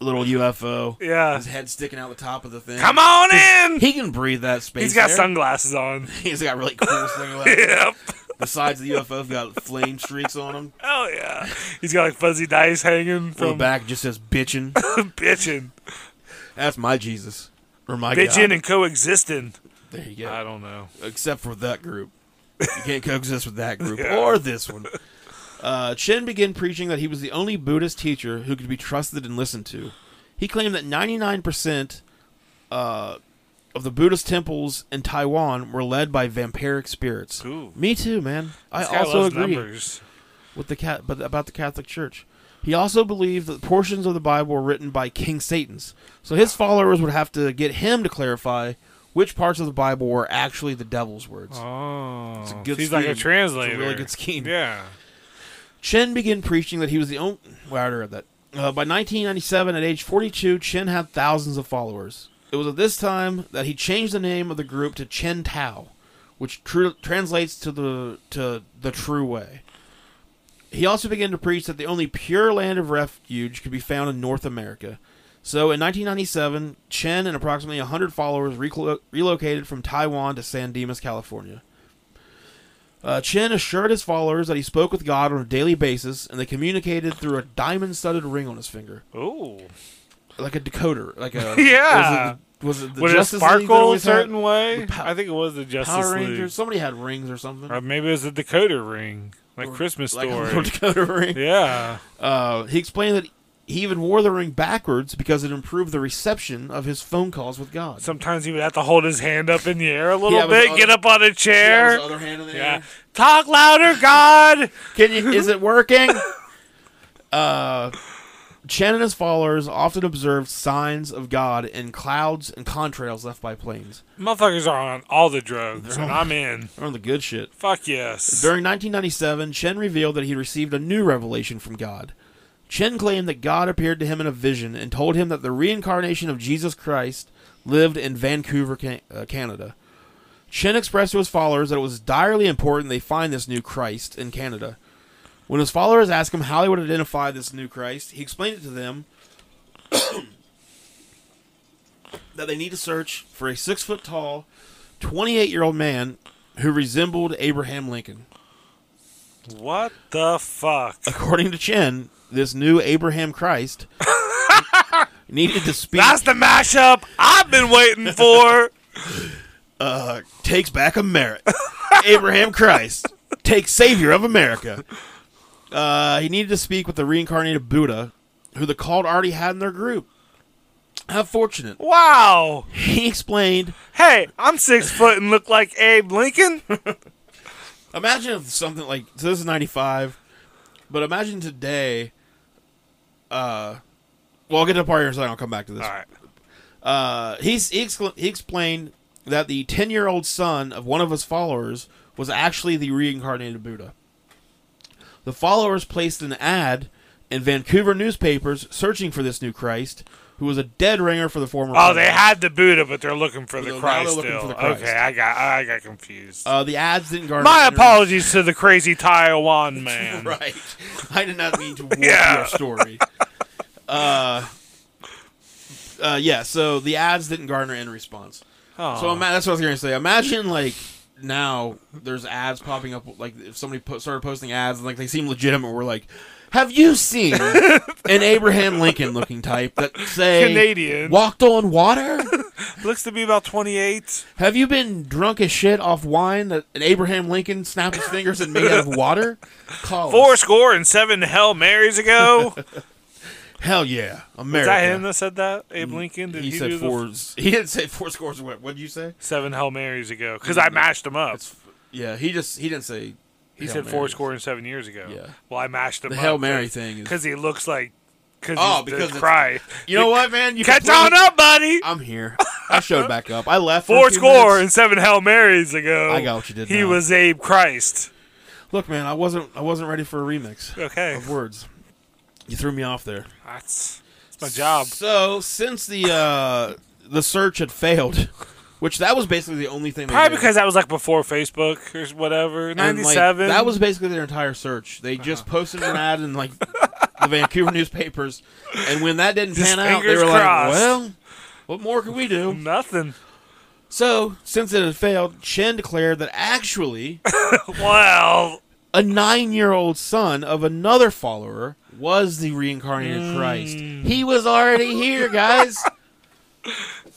Speaker 1: little UFO,
Speaker 2: Yeah.
Speaker 1: his head sticking out the top of the thing.
Speaker 2: Come on in.
Speaker 1: He can breathe that space.
Speaker 2: He's got
Speaker 1: there.
Speaker 2: sunglasses on.
Speaker 1: He's got really cool sunglasses.
Speaker 2: yep.
Speaker 1: the sides of the UFO have got flame streaks on them.
Speaker 2: Hell yeah. He's got like fuzzy dice
Speaker 1: From
Speaker 2: hanging
Speaker 1: the
Speaker 2: from
Speaker 1: back just says bitchin'.
Speaker 2: bitching.
Speaker 1: That's my Jesus. Or my God.
Speaker 2: Bitching and coexisting.
Speaker 1: There you go.
Speaker 2: I don't know.
Speaker 1: except for that group. You can't coexist with that group or this one. Uh, Chen began preaching that he was the only Buddhist teacher who could be trusted and listened to. He claimed that 99% uh, of the Buddhist temples in Taiwan were led by vampiric spirits.
Speaker 2: Ooh.
Speaker 1: Me too, man. I
Speaker 2: This guy
Speaker 1: also
Speaker 2: loves
Speaker 1: agree
Speaker 2: numbers.
Speaker 1: with the cat, but about the Catholic Church. He also believed that portions of the Bible were written by King Satan's, so his followers would have to get him to clarify which parts of the Bible were actually the devil's words.
Speaker 2: Oh,
Speaker 1: It's a good
Speaker 2: he's like
Speaker 1: scheme.
Speaker 2: a
Speaker 1: It's a
Speaker 2: translator.
Speaker 1: really good scheme.
Speaker 2: Yeah.
Speaker 1: Chen began preaching that he was the only. Well, I already read that. Uh, by 1997, at age 42, Chen had thousands of followers. It was at this time that he changed the name of the group to Chen Tao, which tr- translates to the to the true way. He also began to preach that the only pure land of refuge could be found in North America. So, in 1997, Chen and approximately 100 followers reclo- relocated from Taiwan to San Dimas, California. Uh, Chen assured his followers that he spoke with God on a daily basis, and they communicated through a diamond-studded ring on his finger,
Speaker 2: Ooh.
Speaker 1: like a decoder, like a
Speaker 2: Yeah.
Speaker 1: Was it, the- was it the
Speaker 2: Would it
Speaker 1: Justice League that
Speaker 2: sparkle a
Speaker 1: always had-
Speaker 2: certain way?
Speaker 1: The pow-
Speaker 2: I think it was the Justice
Speaker 1: Power
Speaker 2: League.
Speaker 1: Rangers? Somebody had rings or something,
Speaker 2: Or maybe it was a decoder ring, like
Speaker 1: Or-
Speaker 2: Christmas
Speaker 1: like a
Speaker 2: story.
Speaker 1: little decoder ring.
Speaker 2: yeah.
Speaker 1: Uh, he explained that he even wore the ring backwards because it improved the reception of his phone calls with God.
Speaker 2: Sometimes he would have to hold his hand up in the air a little
Speaker 1: Yeah, with
Speaker 2: bit,
Speaker 1: the
Speaker 2: get
Speaker 1: other-
Speaker 2: up on a
Speaker 1: Yeah,
Speaker 2: chair.
Speaker 1: his other hand in the
Speaker 2: yeah.
Speaker 1: air.
Speaker 2: Talk louder, God.
Speaker 1: Can you? Is it working? uh, Chen and his followers often observed signs of God in clouds and contrails left by planes.
Speaker 2: Motherfuckers are on all the drugs, and I'm in.
Speaker 1: They're on the good shit.
Speaker 2: Fuck yes.
Speaker 1: During 1997, Chen revealed that he received a new revelation from God. Chen claimed that God appeared to him in a vision and told him that the reincarnation of Jesus Christ lived in Vancouver, Can- uh, Canada. Chen expressed to his followers that it was direly important they find this new Christ in Canada. When his followers asked him how they would identify this new Christ, he explained it to them that they need to search for a six foot tall, 28 year old man who resembled Abraham Lincoln.
Speaker 2: What the fuck?
Speaker 1: According to Chen, this new Abraham Christ needed to speak,
Speaker 2: That's the mashup I've been waiting for.
Speaker 1: uh, takes back America. Abraham Christ takes savior of America. Uh, he needed to speak with the reincarnated Buddha, who the called already had in their group. How fortunate.
Speaker 2: wow.
Speaker 1: He explained
Speaker 2: Hey, I'm six foot and look like Abe Lincoln.
Speaker 1: Imagine if something like so this is ninety five, but imagine today. Uh, well, I'll get to the part here in a second. I'll come back to this.
Speaker 2: All right.
Speaker 1: Uh, he's, he, excla- he explained that the ten year old son of one of his followers was actually the reincarnated Buddha. The followers placed an ad in Vancouver newspapers searching for this new Christ, who was a dead ringer for the former.
Speaker 2: Oh, they
Speaker 1: president.
Speaker 2: had the Buddha, but they're looking for the
Speaker 1: Now they're
Speaker 2: Christ
Speaker 1: looking
Speaker 2: still.
Speaker 1: for the Christ.
Speaker 2: Okay, I got I got confused.
Speaker 1: Uh, the ads didn't garner.
Speaker 2: My
Speaker 1: interest.
Speaker 2: apologies to the crazy Taiwan man.
Speaker 1: Right. I did not mean to warp
Speaker 2: Yeah.
Speaker 1: your story. Uh, uh, yeah, so the ads didn't garner any response.
Speaker 2: Aw.
Speaker 1: So um, ima- that's what I was going to say. Imagine, like, now there's ads popping up. Like, if somebody po- started posting ads and, like, they seem legitimate, we're like, have you seen an Abraham Lincoln looking type that, say,
Speaker 2: Canadian.
Speaker 1: walked on water?
Speaker 2: Looks to be about 28.
Speaker 1: Have you been drunk as shit off wine that an Abraham Lincoln snapped his fingers and made out of water? Call us.
Speaker 2: Four score and seven Hail Marys ago. Is
Speaker 1: Hell yeah, America.
Speaker 2: that him that said that? Abe Lincoln? Did
Speaker 1: he,
Speaker 2: he,
Speaker 1: said
Speaker 2: do
Speaker 1: four.
Speaker 2: The
Speaker 1: he didn't say four scores. What? What did you say?
Speaker 2: seven Hail Marys ago? Because I mashed them up.
Speaker 1: It's, yeah, he just he didn't say.
Speaker 2: He said four score and seven years ago.
Speaker 1: Yeah.
Speaker 2: Well, I mashed them
Speaker 1: The
Speaker 2: up.
Speaker 1: Hail Mary thing is.
Speaker 2: Because he looks like. Cause
Speaker 1: Oh,
Speaker 2: he's
Speaker 1: because
Speaker 2: the
Speaker 1: it's-
Speaker 2: Christ.
Speaker 1: You know what, man? You
Speaker 2: Catch
Speaker 1: completely-
Speaker 2: on up, buddy.
Speaker 1: I'm here. I showed back up. I left. for a
Speaker 2: Four
Speaker 1: few
Speaker 2: score
Speaker 1: minutes.
Speaker 2: and seven Hail Marys ago.
Speaker 1: I got what you did
Speaker 2: He
Speaker 1: now.
Speaker 2: was Abe Christ.
Speaker 1: Look, man, I wasn't I wasn't ready for a remix
Speaker 2: Okay.
Speaker 1: of words. You threw me off there.
Speaker 2: Um, That's, that's my job.
Speaker 1: So since the uh, the search had failed, Which that was basically the only thing. They
Speaker 2: Probably
Speaker 1: did.
Speaker 2: because that was like before Facebook or whatever.
Speaker 1: And, like,
Speaker 2: 97.
Speaker 1: that was basically their entire search. They
Speaker 2: Uh-huh.
Speaker 1: just posted an ad in like the Vancouver newspapers, and when that didn't
Speaker 2: Just
Speaker 1: pan out, they
Speaker 2: fingers
Speaker 1: were like,
Speaker 2: crossed.
Speaker 1: "Well, what more can we do?"
Speaker 2: nothing.
Speaker 1: So, since it had failed, Chen declared that actually
Speaker 2: Well,
Speaker 1: a nine-year-old son of another follower was the reincarnated Christ. He was already here, guys,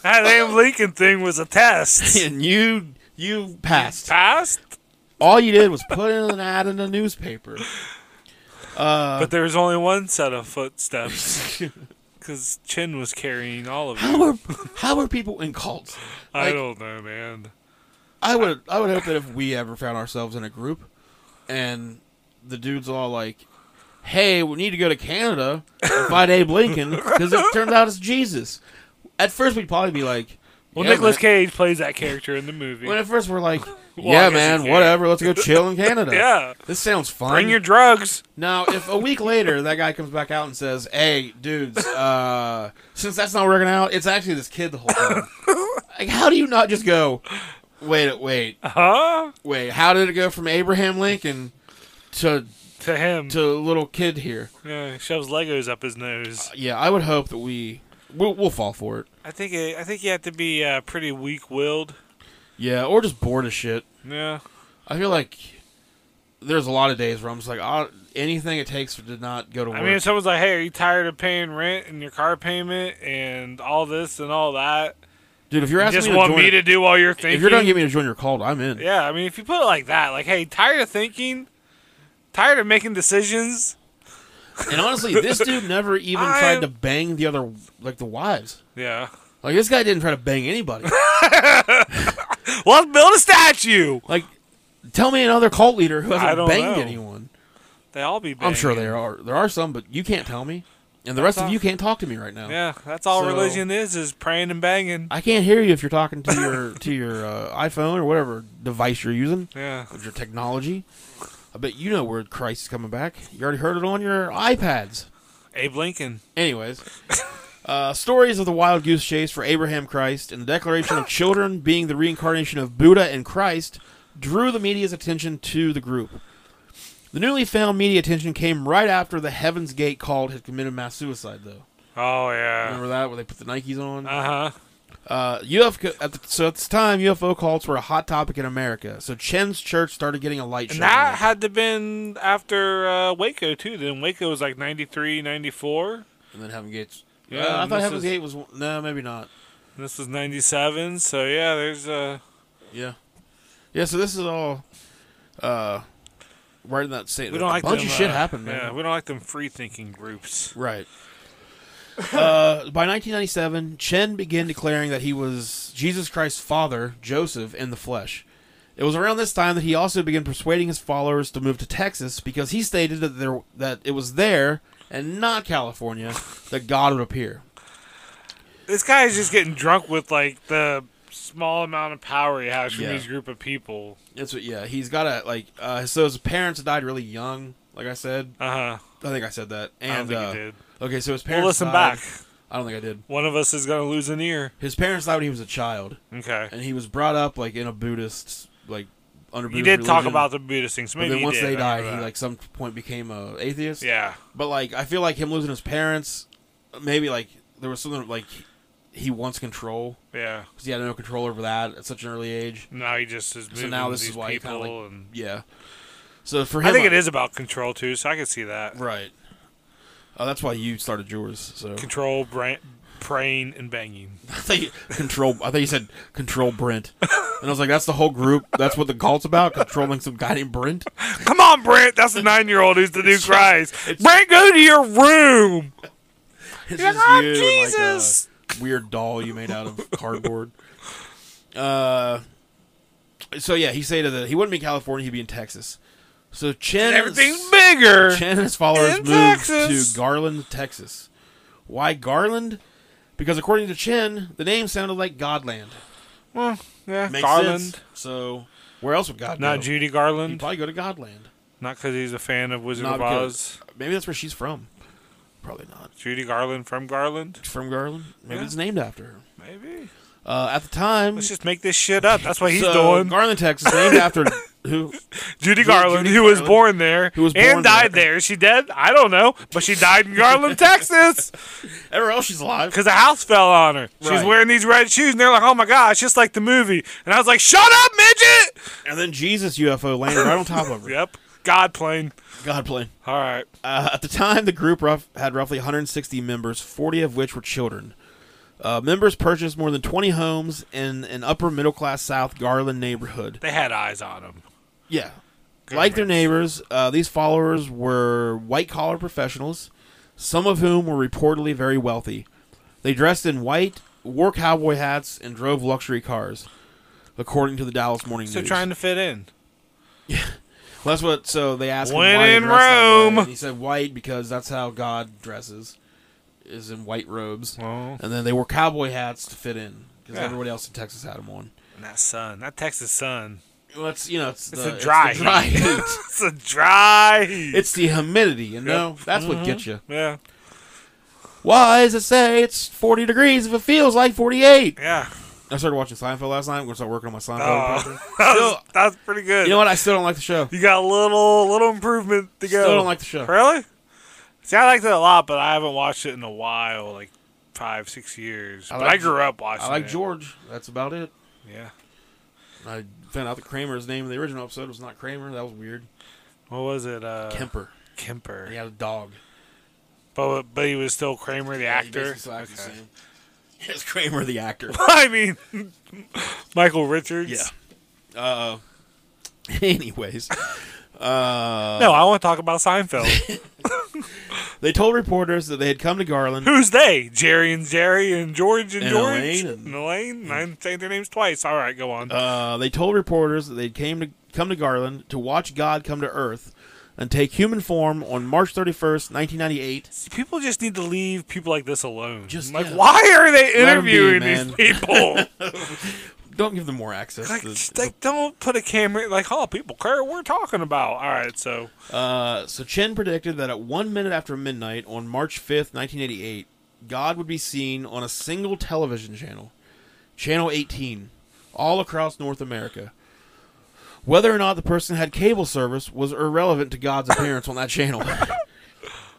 Speaker 2: that Abe Lincoln thing was a test.
Speaker 1: and you you passed.
Speaker 2: Passed?
Speaker 1: All you did was put in an ad in the newspaper. Uh,
Speaker 2: But there was only one set of footsteps. Because Chin was carrying all of it.
Speaker 1: how are how are people in cults?
Speaker 2: I
Speaker 1: like-
Speaker 2: don't know, man.
Speaker 1: I would I would hope that if we ever found ourselves in a group and the dude's all like, "Hey, we need to go to Canada and find Abe Lincoln because it turns out it's Jesus." At first, we'd probably be like,
Speaker 2: Well,
Speaker 1: yeah,
Speaker 2: Nicholas
Speaker 1: man."
Speaker 2: Cage plays that character in the movie.
Speaker 1: When at first we're like,
Speaker 2: Well, I
Speaker 1: "Yeah,
Speaker 2: guess
Speaker 1: man,
Speaker 2: he can."
Speaker 1: whatever. Let's go chill in Canada."
Speaker 2: Yeah.
Speaker 1: This sounds fun.
Speaker 2: Bring your drugs.
Speaker 1: Now, if a week later that guy comes back out and says, "Hey, dudes, uh, since that's not working out, it's actually this kid the whole time." like, how do you not just go, "Wait, wait,
Speaker 2: Huh?
Speaker 1: Wait, how did it go from Abraham Lincoln to
Speaker 2: To him.
Speaker 1: to little kid here?
Speaker 2: yeah, he shoves Legos up his nose.
Speaker 1: Yeah, I would hope that we we'll, we'll fall for it.
Speaker 2: I think it, I think you have to be uh, pretty weak-willed.
Speaker 1: Yeah, or just bored as shit.
Speaker 2: Yeah.
Speaker 1: I feel like there's a lot of days where I'm just like, ah, anything it takes to not go to work.
Speaker 2: I mean, if someone's like, "Hey, are you tired of paying rent and your car payment and all this and all that?
Speaker 1: Dude, if you're
Speaker 2: You
Speaker 1: asking
Speaker 2: just
Speaker 1: me to
Speaker 2: want
Speaker 1: join,
Speaker 2: me to do all your thinking?"
Speaker 1: if you're gonna get me to join your cult, I'm in.
Speaker 2: yeah, I mean, if you put it like that, like, "Hey, tired of thinking, tired of making decisions."
Speaker 1: And honestly, this dude never even
Speaker 2: I'm-
Speaker 1: tried to bang the other like the wives.
Speaker 2: Yeah.
Speaker 1: Like this guy didn't try to bang anybody.
Speaker 2: Well, let's build a statue.
Speaker 1: like, tell me another cult leader who
Speaker 2: I
Speaker 1: hasn't
Speaker 2: don't
Speaker 1: banged
Speaker 2: know.
Speaker 1: anyone.
Speaker 2: They all be. Banging.
Speaker 1: I'm sure there are there are some, but you can't tell me, and the rest of
Speaker 2: all.
Speaker 1: you can't talk to me right now.
Speaker 2: Yeah, that's all
Speaker 1: So-
Speaker 2: religion is—is praying and banging.
Speaker 1: I can't hear you if you're talking to your to your uh, iPhone or whatever device you're using,
Speaker 2: Yeah.
Speaker 1: with your technology. I bet you know where Christ is coming back. You already heard it on your iPads.
Speaker 2: Abe Lincoln.
Speaker 1: Anyways, uh, stories of the wild goose chase for Abraham Christ and the declaration of children being the reincarnation of Buddha and Christ drew the media's attention to the group. The newly found media attention came right after the Heaven's Gate called had committed mass suicide, though.
Speaker 2: Oh yeah.
Speaker 1: Remember that where they put the Nikes on?
Speaker 2: Uh huh.
Speaker 1: Uh, UFO at the, so at this time UFO cults were a hot topic in America. So Chen's church started getting a light
Speaker 2: And
Speaker 1: show.
Speaker 2: that had to been after uh, Waco too. Then Waco was like 93, 94.
Speaker 1: and then Heaven Gates. Uh,
Speaker 2: Yeah,
Speaker 1: I
Speaker 2: and
Speaker 1: thought
Speaker 2: this
Speaker 1: Heaven's
Speaker 2: is-
Speaker 1: Gate was one- no, maybe not.
Speaker 2: This was 97, so yeah, there's uh
Speaker 1: Yeah, yeah. So this is all, uh, right in that state.
Speaker 2: we don't
Speaker 1: a
Speaker 2: like
Speaker 1: bunch
Speaker 2: them,
Speaker 1: of shit
Speaker 2: uh,
Speaker 1: happened,
Speaker 2: Yeah,
Speaker 1: man.
Speaker 2: we don't like them free thinking groups.
Speaker 1: Right. uh, by 1997, Chen began declaring that he was Jesus Christ's father, Joseph, in the flesh. It was around this time that he also began persuading his followers to move to Texas because he stated that there that it was there and not California that God would appear.
Speaker 2: This guy is just getting drunk with like the small amount of power he has from
Speaker 1: Yeah.
Speaker 2: these group of people.
Speaker 1: That's what. Yeah, he's got a like. Uh, so his parents died really young. Like I said,
Speaker 2: Uh huh.
Speaker 1: I think I said that. And
Speaker 2: I don't think
Speaker 1: uh,
Speaker 2: he did.
Speaker 1: okay, so his parents.
Speaker 2: Well, listen
Speaker 1: died-
Speaker 2: back.
Speaker 1: I don't think I did.
Speaker 2: One of us is gonna lose an ear.
Speaker 1: His parents died when he was a child,
Speaker 2: Okay.
Speaker 1: and he was brought up like in a Buddhist like under.
Speaker 2: You
Speaker 1: Buddhist
Speaker 2: did talk
Speaker 1: religion.
Speaker 2: about the Buddhist thing, so
Speaker 1: But
Speaker 2: maybe
Speaker 1: then
Speaker 2: you
Speaker 1: once
Speaker 2: did.
Speaker 1: they
Speaker 2: I
Speaker 1: died,
Speaker 2: remember
Speaker 1: he
Speaker 2: that.
Speaker 1: like some point became a atheist.
Speaker 2: yeah.
Speaker 1: But like I feel like him losing his parents, maybe like there was something like he wants control
Speaker 2: Yeah.
Speaker 1: because he had no control over that at such an early age.
Speaker 2: Now he just is moving
Speaker 1: So now
Speaker 2: with
Speaker 1: this
Speaker 2: these
Speaker 1: is why he kinda,
Speaker 2: people,
Speaker 1: like,
Speaker 2: and
Speaker 1: Yeah. So for him,
Speaker 2: I think it is about control too. So I can see that
Speaker 1: right. Oh, that's why you started yours. So
Speaker 2: control, bra- praying, and banging.
Speaker 1: I think control. I think you said control Brent, and I was like, that's the whole group. That's what the cult's about, controlling some guy named Brent.
Speaker 2: Come on, Brent. That's a nine year old who's the new Christ. Brent, go to your room.
Speaker 1: It's
Speaker 2: You're
Speaker 1: just
Speaker 2: like, "Oh,
Speaker 1: you and, like, uh, a
Speaker 2: Jesus."
Speaker 1: weird doll you made out of cardboard. Uh, so yeah, he stated that he wouldn't be in California; he'd be in Texas. So Chen, and his-
Speaker 2: Everything's bigger.
Speaker 1: Chen and his followers
Speaker 2: in
Speaker 1: moved
Speaker 2: Texas.
Speaker 1: to Garland, Texas. Why Garland? Because according to Chen, the name sounded like Godland.
Speaker 2: Well, yeah,
Speaker 1: Makes
Speaker 2: Garland.
Speaker 1: sense. So where else would God?
Speaker 2: Not
Speaker 1: go?
Speaker 2: Judy
Speaker 1: He'd
Speaker 2: Garland.
Speaker 1: probably go to Godland.
Speaker 2: Not because he's a fan of Wizard
Speaker 1: Not
Speaker 2: of
Speaker 1: because-
Speaker 2: Oz.
Speaker 1: Maybe that's where she's from. Probably not.
Speaker 2: Judy Garland from Garland.
Speaker 1: From Garland. Maybe
Speaker 2: Yeah.
Speaker 1: it's named after her.
Speaker 2: Maybe.
Speaker 1: Uh, at the time,
Speaker 2: Let's just make this shit up. That's what he's
Speaker 1: so
Speaker 2: doing.
Speaker 1: Garland, Texas, named after who?
Speaker 2: Judy
Speaker 1: Ju-
Speaker 2: Garland,
Speaker 1: Judy
Speaker 2: who was
Speaker 1: Garland,
Speaker 2: born there,
Speaker 1: who was born
Speaker 2: and died
Speaker 1: there.
Speaker 2: there. Is she dead? I don't know, but she died in Garland, Texas,
Speaker 1: Everywhere else she's alive.
Speaker 2: because a house fell on her. She's
Speaker 1: Right.
Speaker 2: wearing these red shoes, and they're like, "Oh my gosh, just like the movie." And I was like, "Shut up, midget!"
Speaker 1: And then Jesus UFO landed right on top of her.
Speaker 2: Yep, God plane.
Speaker 1: God blame.
Speaker 2: All right,
Speaker 1: Uh, at the time, the group rough, had roughly 160 members, 40 of which were children. Uh, members purchased more than 20 homes in an upper middle class South Garland neighborhood.
Speaker 2: they had eyes on him.
Speaker 1: Yeah. Like their neighbors, uh, these followers were white collar professionals, some of whom were reportedly very wealthy. They dressed in white, wore cowboy hats, and drove luxury cars, according to the Dallas Morning
Speaker 2: So
Speaker 1: News.
Speaker 2: trying to fit in.
Speaker 1: Well, that's what. So they asked
Speaker 2: When
Speaker 1: him why he
Speaker 2: in
Speaker 1: dressed that way,
Speaker 2: Rome.
Speaker 1: and he said white because that's how God dresses, is in white robes.
Speaker 2: Oh,
Speaker 1: And then they wore cowboy hats to fit in because
Speaker 2: Yeah.
Speaker 1: everybody else in Texas had them on.
Speaker 2: and that sun, that Texas sun.
Speaker 1: Well, it's you know it's,
Speaker 2: It's
Speaker 1: the,
Speaker 2: a dry
Speaker 1: it's the dry
Speaker 2: heat.
Speaker 1: heat.
Speaker 2: It's a dry heat.
Speaker 1: It's the humidity, you know. That's
Speaker 2: Mm-hmm.
Speaker 1: what gets you.
Speaker 2: yeah,
Speaker 1: Why does it say it's 40 degrees if it feels like 48?
Speaker 2: yeah.
Speaker 1: I started watching Seinfeld last night. I'm gonna start working on my Seinfeld.
Speaker 2: Oh,
Speaker 1: impression.
Speaker 2: that was,
Speaker 1: Still-
Speaker 2: that was pretty good.
Speaker 1: you know what? I still don't like the show.
Speaker 2: You got a little little improvement to go.
Speaker 1: Still don't like the show.
Speaker 2: Really? See, I liked it a lot, but I haven't watched it in a while, like five, six years.
Speaker 1: I
Speaker 2: but
Speaker 1: like-
Speaker 2: I grew up watching.
Speaker 1: I like
Speaker 2: it.
Speaker 1: George. That's about it.
Speaker 2: Yeah.
Speaker 1: I found out that Kramer's name in the original episode was not Kramer. That was weird.
Speaker 2: What was it? Uh,
Speaker 1: Kemper.
Speaker 2: Kemper.
Speaker 1: He had a dog.
Speaker 2: But but he was still Kramer the actor. Okay.
Speaker 1: Yes, Kramer the actor.
Speaker 2: I mean, Michael Richards.
Speaker 1: Yeah. Uh. Anyways, uh,
Speaker 2: No, I want to talk about Seinfeld.
Speaker 1: they told reporters that they had come to Garland.
Speaker 2: Who's they? Jerry and Jerry and George and,
Speaker 1: And
Speaker 2: George
Speaker 1: Elaine and-
Speaker 2: Elaine. I'm saying their names twice. All right, go on.
Speaker 1: Uh, they told reporters that they came to come to Garland to watch God come to Earth and take human form on March 31st, 1998.
Speaker 2: See, people just need to leave people like this alone.
Speaker 1: Just-
Speaker 2: like,
Speaker 1: yeah.
Speaker 2: why are they
Speaker 1: 'em be,
Speaker 2: interviewing
Speaker 1: man.
Speaker 2: these people?
Speaker 1: Don't give them more access.
Speaker 2: like,
Speaker 1: to-
Speaker 2: just, like, don't put a camera. Like, oh, people care. what We're talking about. All right, so
Speaker 1: Uh, so Chen predicted that at one minute after midnight on March 5th, 1988, God would be seen on a single television channel, Channel 18, all across North America. Whether or not the person had cable service was irrelevant to God's appearance on that channel.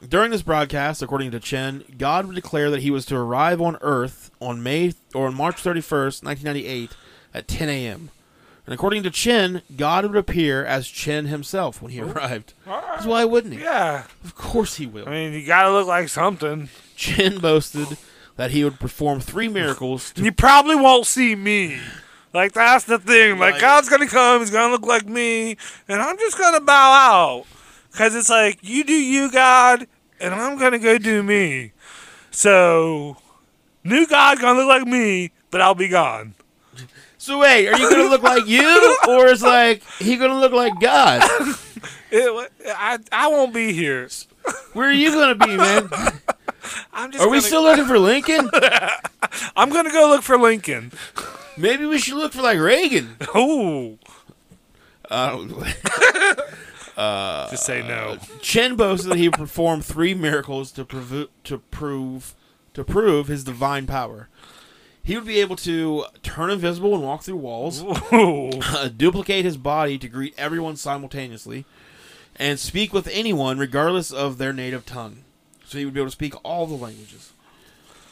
Speaker 1: During this broadcast, according to Chen, God would declare that he was to arrive on Earth on May or on March 31st, 1998, at 10 a.m. And according to Chen, God would appear as Chen himself when he arrived.
Speaker 2: all right.
Speaker 1: 'Cause why wouldn't he?
Speaker 2: yeah.
Speaker 1: Of course he will.
Speaker 2: I mean, you gotta look like something.
Speaker 1: Chen boasted that he would perform three miracles. To,
Speaker 2: You probably won't see me. Like that's the thing. Like
Speaker 1: Right.
Speaker 2: God's gonna come. He's gonna look like me, and I'm just gonna bow out. Cause it's like you do you, God, and I'm gonna go do me. So, new God gonna look like me, but I'll be gone.
Speaker 1: so wait, are you gonna look like you, or is like he gonna look like God?
Speaker 2: It, I I won't be here.
Speaker 1: Where are you gonna be, man?
Speaker 2: I'm just.
Speaker 1: Are we
Speaker 2: gonna-
Speaker 1: still looking for Lincoln?
Speaker 2: I'm gonna go look for Lincoln.
Speaker 1: Maybe we should look for like Reagan.
Speaker 2: Ooh.
Speaker 1: Uh,
Speaker 2: Just say no.
Speaker 1: Chen boasted that he would perform three miracles to prove to prove to prove his divine power. He would be able to turn invisible and walk through walls.
Speaker 2: Ooh.
Speaker 1: uh, duplicate his body to greet everyone simultaneously, and speak with anyone regardless of their native tongue. So he would be able to speak all the languages.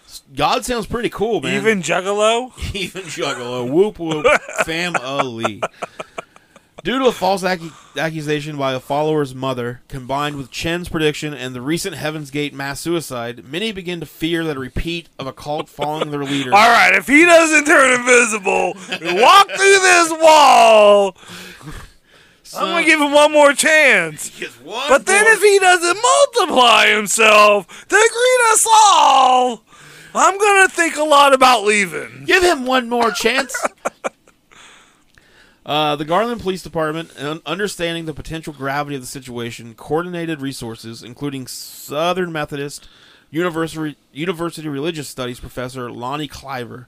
Speaker 1: S- God sounds pretty cool, man.
Speaker 2: Even Juggalo?
Speaker 1: even Juggalo, whoop whoop, family. Due to a false accu- accusation by a follower's mother, combined with Chen's prediction and the recent Heaven's Gate mass suicide, many begin to fear that a repeat of a cult following their leader.
Speaker 2: All right, if he doesn't turn invisible and walk through this wall, I'm going to give him one more chance. But then if he doesn't multiply himself to greet us all, I'm going to think a lot about leaving.
Speaker 1: Give him one more chance. Uh, the Garland Police Department, un- understanding the potential gravity of the situation, coordinated resources, including Southern Methodist University, University Religious Studies professor Lonnie Cliver,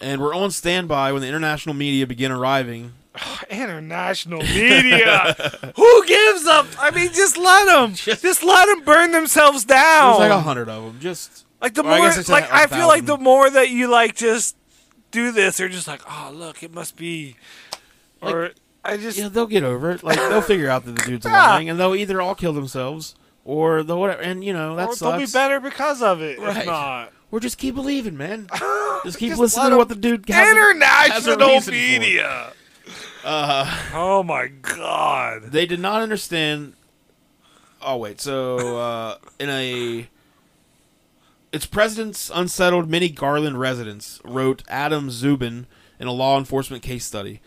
Speaker 1: and were on standby when the international media began arriving.
Speaker 2: International media. Who gives up? I mean, just let them. Just, let them burn themselves down.
Speaker 1: There's like a hundred of them. Just
Speaker 2: Like the
Speaker 1: Well, I
Speaker 2: more,
Speaker 1: guess it's
Speaker 2: like
Speaker 1: a- a
Speaker 2: I feel like the
Speaker 1: thousand.
Speaker 2: more that you like just do this, they're just like, oh, look, it must be.
Speaker 1: Like-
Speaker 2: Or I just.
Speaker 1: Yeah, they'll get over it. Like they'll figure out that the dude's lying, and they'll either all kill themselves or they'll whatever. And you know that
Speaker 2: or they'll be
Speaker 1: sucks.
Speaker 2: better because of it. If
Speaker 1: Right.
Speaker 2: not.
Speaker 1: Or just keep believing, man. Just keep
Speaker 2: Just
Speaker 1: listening
Speaker 2: let
Speaker 1: to
Speaker 2: 'em-
Speaker 1: what the dude has. has a
Speaker 2: International
Speaker 1: reason for it.
Speaker 2: media.
Speaker 1: Uh,
Speaker 2: Oh my god.
Speaker 1: they did not understand. Oh wait, so uh, in a its president's unsettled mini Garland residence wrote Adam Zubin in a law enforcement case study.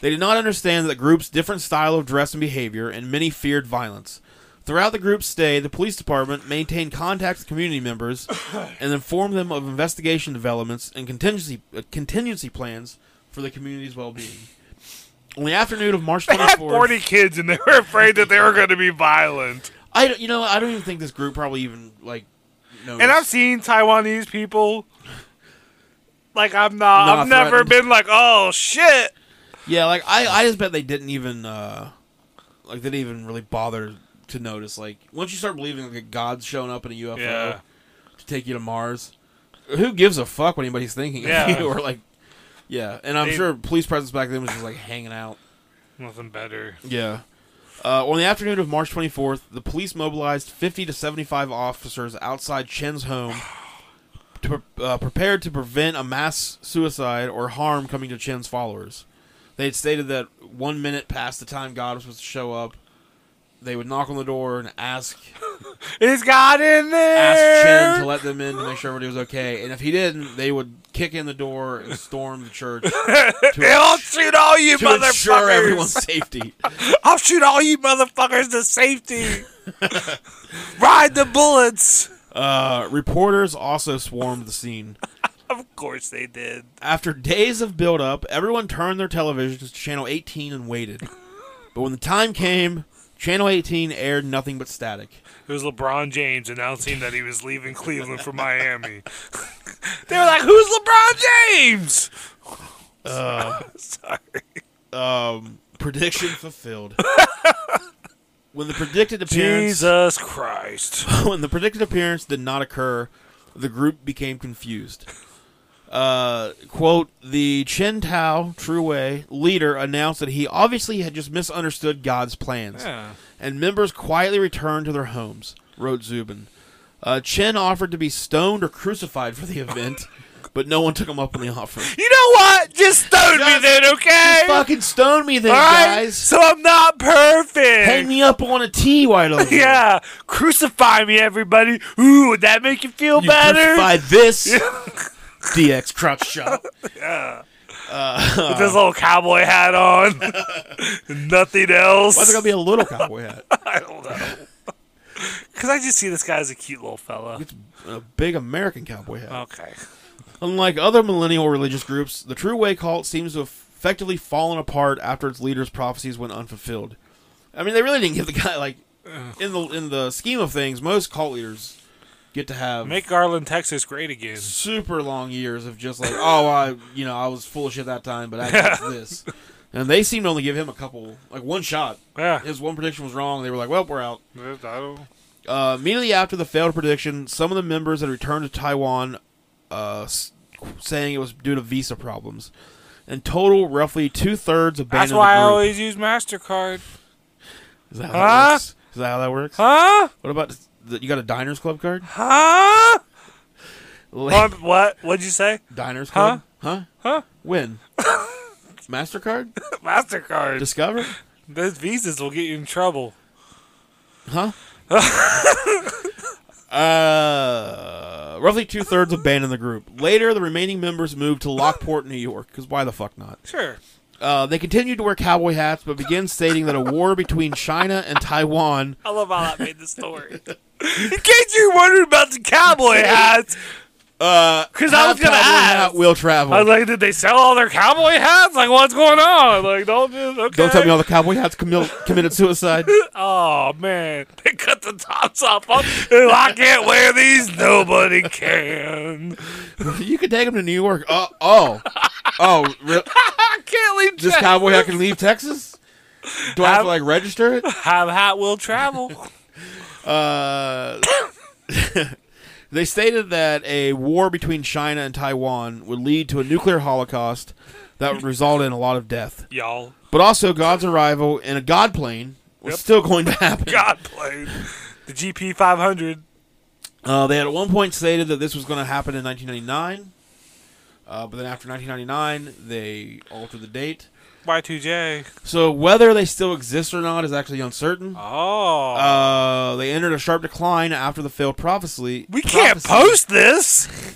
Speaker 1: They did not understand that group's different style of dress and behavior, and many feared violence. Throughout the group's stay, the police department maintained contact with community members and informed them of investigation developments and contingency uh, contingency plans for the community's well-being. On the afternoon of March
Speaker 2: They had
Speaker 1: 24th,
Speaker 2: 40 kids and they were afraid that they were going to be violent.
Speaker 1: I don't, you know, I don't even think this group probably even like. Noticed.
Speaker 2: And I've seen Taiwanese people. Like I'm not.
Speaker 1: Not
Speaker 2: I've never
Speaker 1: threatened.
Speaker 2: been like, oh shit.
Speaker 1: yeah, like I, I just bet they didn't even, uh like, they didn't even really bother to notice. Like, once you start believing that God's showing up in a UFO
Speaker 2: Yeah.
Speaker 1: to take you to Mars, who gives a fuck what anybody's thinking
Speaker 2: Yeah.
Speaker 1: of you? Or like, yeah, and I'm
Speaker 2: They-
Speaker 1: sure police presence back then was just like hanging out.
Speaker 2: Nothing better.
Speaker 1: Yeah. Uh, on the afternoon of March 24th, the police mobilized 50 to 75 officers outside Chen's home, to, pre- uh, prepared to prevent a mass suicide or harm coming to Chen's followers. They had stated that one minute past the time God was supposed to show up, they would knock on the door and ask
Speaker 2: Is God in
Speaker 1: ask Chen to
Speaker 2: there?
Speaker 1: let them in to make sure everybody was okay. And if he didn't, they would kick in the door and storm the church to,
Speaker 2: I'll shoot all you
Speaker 1: to ensure
Speaker 2: motherfuckers.
Speaker 1: everyone's safety.
Speaker 2: I'll shoot all you motherfuckers to safety. Ride the bullets.
Speaker 1: Uh, reporters also swarmed the scene.
Speaker 2: Of course they did.
Speaker 1: After days of build up, everyone turned their televisions to channel 18 and waited. But when the time came, channel 18 aired nothing but static.
Speaker 2: It was LeBron James announcing that he was leaving Cleveland for Miami. they were like, "Who's LeBron James?" Uh, Sorry.
Speaker 1: Um, prediction fulfilled. when the predicted appearance
Speaker 2: Jesus Christ.
Speaker 1: when the predicted appearance did not occur, the group became confused. Uh, quote, the Chen Tao True Way leader announced that he obviously had just misunderstood God's plans.
Speaker 2: Yeah.
Speaker 1: and members quietly returned to their homes, wrote Zubin. Uh, Chen offered to be stoned or crucified for the event, but no one took him up on the offer.
Speaker 2: You know what? Just stone me
Speaker 1: Just-
Speaker 2: then, okay?
Speaker 1: Just fucking stone me then,
Speaker 2: All right?
Speaker 1: guys.
Speaker 2: So I'm not perfect.
Speaker 1: Hang me up on a T, white over.
Speaker 2: yeah, crucify me, everybody. Ooh, would that make you feel
Speaker 1: You
Speaker 2: better?
Speaker 1: crucified this DX crotch shot.
Speaker 2: With this little cowboy hat on, nothing else.
Speaker 1: Why's it gonna be a little cowboy hat?
Speaker 2: I don't know. Because I just see this guy as a cute little fella.
Speaker 1: It's a big American cowboy hat.
Speaker 2: Okay.
Speaker 1: Unlike other millennial religious groups, the True Way cult seems to have effectively fallen apart after its leader's prophecies went unfulfilled. I mean, they really didn't give the guy like in the in the scheme of things. Most cult leaders get to have
Speaker 2: Make Garland, Texas great again.
Speaker 1: super long years of just like, oh, I you know I was full of shit that time, but I did this. And they seemed to only give him a couple, like one shot.
Speaker 2: Yeah.
Speaker 1: His one prediction was wrong. They were like, well, we're out.
Speaker 2: I don't-
Speaker 1: Uh, immediately after the failed prediction, some of the members had returned to Taiwan, uh, s- saying it was due to visa problems. In total, roughly two thirds abandoned
Speaker 2: That's why I
Speaker 1: the group.
Speaker 2: always use MasterCard.
Speaker 1: Is that how that
Speaker 2: Huh?
Speaker 1: works? Is that how that works?
Speaker 2: Huh?
Speaker 1: What about the, you got a Diners Club card?
Speaker 2: Huh?
Speaker 1: La-
Speaker 2: Um, what? What'd you say?
Speaker 1: Diners Club? Huh?
Speaker 2: Huh?
Speaker 1: When? Mastercard?
Speaker 2: MasterCard.
Speaker 1: Discover?
Speaker 2: Those visas will get you in trouble.
Speaker 1: Huh? uh, roughly two thirds abandoned the group. Later, the remaining members moved to Lockport, New York. Because why the fuck not?
Speaker 2: Sure.
Speaker 1: Uh, they continued to wear cowboy hats, but began stating that a war between China and Taiwan.
Speaker 2: I love how that made the story. in case you're wondering about the cowboy hats,
Speaker 1: Because
Speaker 2: Because I was gonna ask.
Speaker 1: will travel.
Speaker 2: I was like, did they sell all their cowboy hats? Like, what's going on? Like, don't just okay.
Speaker 1: Don't tell me all the cowboy hats commil- committed suicide.
Speaker 2: Oh man, they cut the tops off. I'm- If I can't wear these. Nobody can.
Speaker 1: you can take them to New York. Uh, oh, oh, re-
Speaker 2: I can't leave.
Speaker 1: this
Speaker 2: Jack.
Speaker 1: cowboy hat can leave Texas. Do I have to like register it?
Speaker 2: Have hat will travel.
Speaker 1: Uh, They stated that a war between China and Taiwan would lead to a nuclear holocaust that would result in a lot of death.
Speaker 2: y'all.
Speaker 1: But also, God's arrival in a God plane was
Speaker 2: Yep.
Speaker 1: still going to happen.
Speaker 2: God played the GP 500.
Speaker 1: Uh, they had at one point stated that this was going to happen in 1999, uh, but then after 1999, they altered the date.
Speaker 2: Y2J.
Speaker 1: So whether they still exist or not is actually uncertain.
Speaker 2: Oh.
Speaker 1: Uh, they entered a sharp decline after the failed prophecy.
Speaker 2: we can't
Speaker 1: prophecy.
Speaker 2: post this.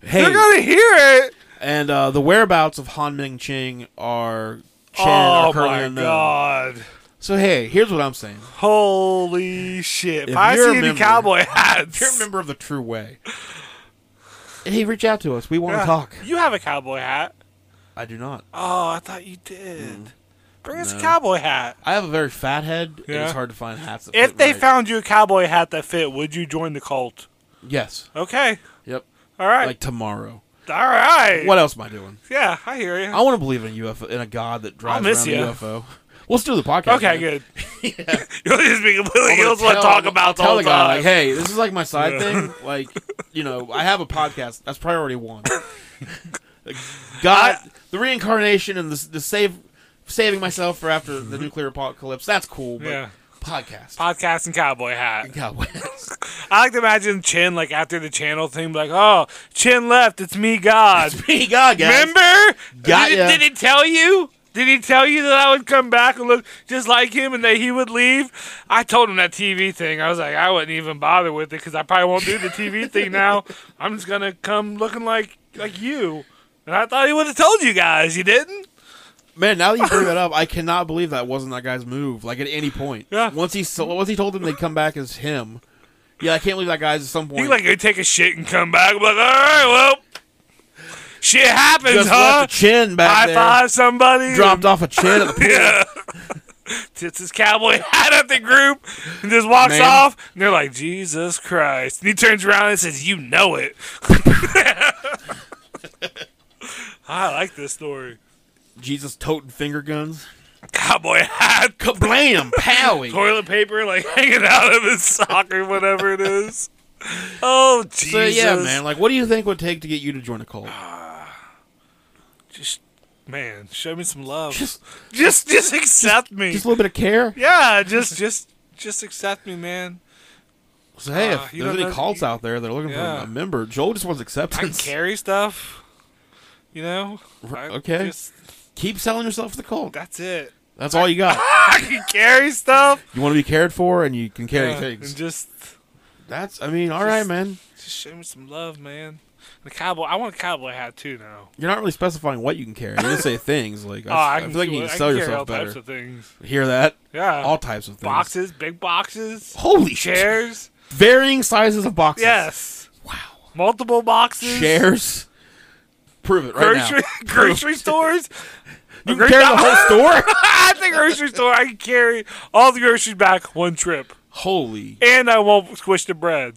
Speaker 1: Hey,
Speaker 2: They're going to hear it.
Speaker 1: and uh, the whereabouts of Han Ming Ching are. Chen
Speaker 2: oh,
Speaker 1: are currently
Speaker 2: my
Speaker 1: unknown.
Speaker 2: God.
Speaker 1: So hey, here's what I'm saying.
Speaker 2: Holy shit. If,
Speaker 1: If
Speaker 2: I
Speaker 1: you're a
Speaker 2: see any
Speaker 1: member-
Speaker 2: cowboy
Speaker 1: If you're a
Speaker 2: hats.
Speaker 1: member of the True Way, hey, reach out to us. We want to
Speaker 2: Yeah.
Speaker 1: talk.
Speaker 2: You have a cowboy hat.
Speaker 1: I do not.
Speaker 2: Oh, I thought you did. Bring us a
Speaker 1: Mm. No.
Speaker 2: cowboy hat.
Speaker 1: I have a very fat head. and
Speaker 2: Yeah.
Speaker 1: It's hard to find hats. That
Speaker 2: If
Speaker 1: fit
Speaker 2: they
Speaker 1: right.
Speaker 2: found you a cowboy hat that fit, would you join the cult?
Speaker 1: yes,
Speaker 2: Okay.
Speaker 1: yep,
Speaker 2: All right.
Speaker 1: like tomorrow.
Speaker 2: All right.
Speaker 1: What else am I doing?
Speaker 2: Yeah, I hear you.
Speaker 1: I want to believe in a UFO, in a God that drives
Speaker 2: miss
Speaker 1: around
Speaker 2: ya.
Speaker 1: a UFO. We'll still do the podcast. man.
Speaker 2: okay, good. You'll just be completely.
Speaker 1: I'm
Speaker 2: You
Speaker 1: gonna
Speaker 2: just want to
Speaker 1: tell-
Speaker 2: talk
Speaker 1: I'll
Speaker 2: about the
Speaker 1: tell
Speaker 2: whole
Speaker 1: the guy, like,
Speaker 2: time.
Speaker 1: hey, this is like my side
Speaker 2: Yeah.
Speaker 1: thing. Like, you know, I have a podcast. That's priority one. Like, God,
Speaker 2: I-
Speaker 1: the reincarnation and the, the save, saving myself for after the nuclear apocalypse. That's cool. But
Speaker 2: Mm-hmm. Yeah.
Speaker 1: podcast.
Speaker 2: Podcast and cowboy hat.
Speaker 1: Cowboy.
Speaker 2: I like to imagine Chin like after the channel thing, be like, "Oh, Chin left. It's me, God.
Speaker 1: Speedy God, guys.
Speaker 2: Remember?
Speaker 1: Got
Speaker 2: did,
Speaker 1: ya.
Speaker 2: did he tell you? Did he tell you that I would come back and look just like him and that he would leave? I told him that TV thing. I was like, I wouldn't even bother with it because I probably won't do the TV thing now. I'm just gonna come looking like like you. And I thought he would have told you guys. You didn't.
Speaker 1: Man, now that you bring that up, I cannot believe that wasn't that guy's move. Like at any point,
Speaker 2: Yeah.
Speaker 1: Once he so, once he told them they'd come back as him, yeah, I can't believe that guy's at some point
Speaker 2: He like go take a shit and come back. I'm like, all right, well, shit happens,
Speaker 1: just
Speaker 2: huh?
Speaker 1: left a chin back
Speaker 2: High
Speaker 1: there,
Speaker 2: five somebody.
Speaker 1: dropped off a chin at the pool.
Speaker 2: Yeah. Tits his cowboy hat at the group and just walks
Speaker 1: Man.
Speaker 2: off. And they're like, Jesus Christ. And he turns around and says, You know it. I like this story.
Speaker 1: Jesus toting finger guns,
Speaker 2: Cowboy hat,
Speaker 1: kablam, powie.
Speaker 2: toilet paper, like hanging out of his sock or whatever it is. Oh, Jesus. Oh,
Speaker 1: So yeah, man, like, what do you think would take to get you to join a cult?
Speaker 2: Just, man, show me some love.
Speaker 1: Just-
Speaker 2: just, just accept me.
Speaker 1: Just a little bit of care.
Speaker 2: yeah, just, just, just accept me, man.
Speaker 1: So hey,
Speaker 2: Uh,
Speaker 1: if
Speaker 2: you
Speaker 1: there's
Speaker 2: don't
Speaker 1: any
Speaker 2: know-
Speaker 1: cults out there that are looking
Speaker 2: Yeah.
Speaker 1: for a member, Joel just wants
Speaker 2: I can
Speaker 1: acceptance.
Speaker 2: carry stuff. You know? I
Speaker 1: okay.
Speaker 2: just-
Speaker 1: Keep selling yourself to the cult.
Speaker 2: that's it.
Speaker 1: That's all you got.
Speaker 2: I can carry stuff.
Speaker 1: you want to be cared for, and you can carry
Speaker 2: Yeah,
Speaker 1: things.
Speaker 2: And just,
Speaker 1: That's, I mean, all right,
Speaker 2: Just-
Speaker 1: man.
Speaker 2: just show me some love, man. And a cowboy. I want a cowboy hat too now.
Speaker 1: You're not really specifying what you can carry. You just say things like
Speaker 2: oh, I,
Speaker 1: I, I
Speaker 2: can,
Speaker 1: feel like you
Speaker 2: I
Speaker 1: need to
Speaker 2: can
Speaker 1: sell
Speaker 2: carry all
Speaker 1: yourself
Speaker 2: types
Speaker 1: better.
Speaker 2: of things.
Speaker 1: Hear that?
Speaker 2: Yeah.
Speaker 1: All types of things.
Speaker 2: boxes, big boxes,
Speaker 1: Holy shit!
Speaker 2: chairs.
Speaker 1: Varying sizes of boxes.
Speaker 2: Yes.
Speaker 1: Wow.
Speaker 2: Multiple boxes.
Speaker 1: Shares. Prove it right
Speaker 2: Grocery,
Speaker 1: now.
Speaker 2: grocery stores.
Speaker 1: You can carry the whole store.
Speaker 2: At the grocery store, I can carry all the groceries back one trip,
Speaker 1: Holy
Speaker 2: and I won't squish the bread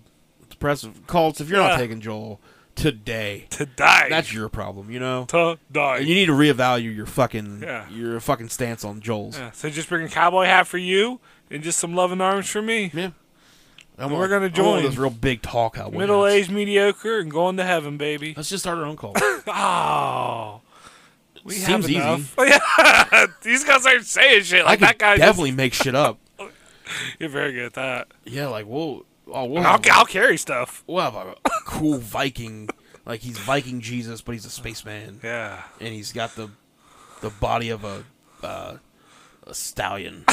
Speaker 1: impressive cults! If you're
Speaker 2: Yeah.
Speaker 1: not taking Joel today,
Speaker 2: to die.
Speaker 1: that's your problem. You know.
Speaker 2: to die.
Speaker 1: And you need to reevaluate your fucking
Speaker 2: Yeah.
Speaker 1: your fucking stance on Joel's.
Speaker 2: Yeah, so just bring a cowboy hat for you and just some loving arms for me.
Speaker 1: Yeah. And
Speaker 2: We're gonna join.
Speaker 1: this real big talk out.
Speaker 2: Middle aged mediocre and going to heaven, baby.
Speaker 1: Let's just start our own cult.
Speaker 2: Oh. We
Speaker 1: Seems
Speaker 2: have
Speaker 1: easy.
Speaker 2: enough. Oh, yeah. These guys aren't saying shit.
Speaker 1: I
Speaker 2: Like
Speaker 1: could
Speaker 2: that guy
Speaker 1: definitely make shit up.
Speaker 2: just, you're very good at that.
Speaker 1: Yeah, like we'll oh we'll
Speaker 2: I'll,
Speaker 1: have,
Speaker 2: I'll carry stuff.
Speaker 1: we'll have a cool Viking, like he's Viking Jesus, but he's a spaceman,
Speaker 2: Yeah.
Speaker 1: and he's got the the body of a uh, a stallion.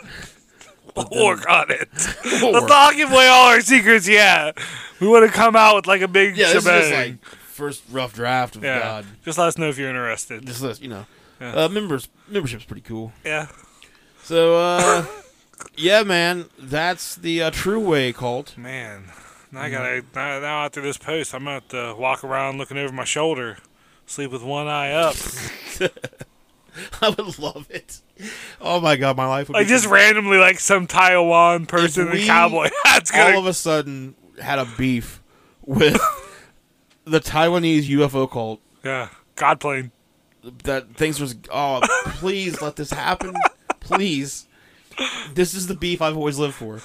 Speaker 1: then-
Speaker 2: Work on it.
Speaker 1: We'll
Speaker 2: Let's
Speaker 1: work.
Speaker 2: not give away all our secrets yet. We want to come out with like a big
Speaker 1: yeah, this is
Speaker 2: shebang.
Speaker 1: just like first rough draft of
Speaker 2: yeah.
Speaker 1: God.
Speaker 2: Just let us know if you're interested.
Speaker 1: This list, you know,
Speaker 2: Yeah.
Speaker 1: uh, members membership's pretty cool.
Speaker 2: yeah.
Speaker 1: So, uh, yeah, man, that's the uh, True Way cult.
Speaker 2: Man, now I gotta now, now after this post, I'm gonna have to walk around looking over my shoulder, sleep with one eye up.
Speaker 1: I would love it. Oh my God, my life would
Speaker 2: like
Speaker 1: be
Speaker 2: just randomly, like some Taiwan person in
Speaker 1: we-
Speaker 2: a cowboy hat's gonna.
Speaker 1: all of a sudden had a beef with the Taiwanese UFO cult
Speaker 2: yeah, God plane.
Speaker 1: that thinks was oh please let this happen please this is the beef I've always lived for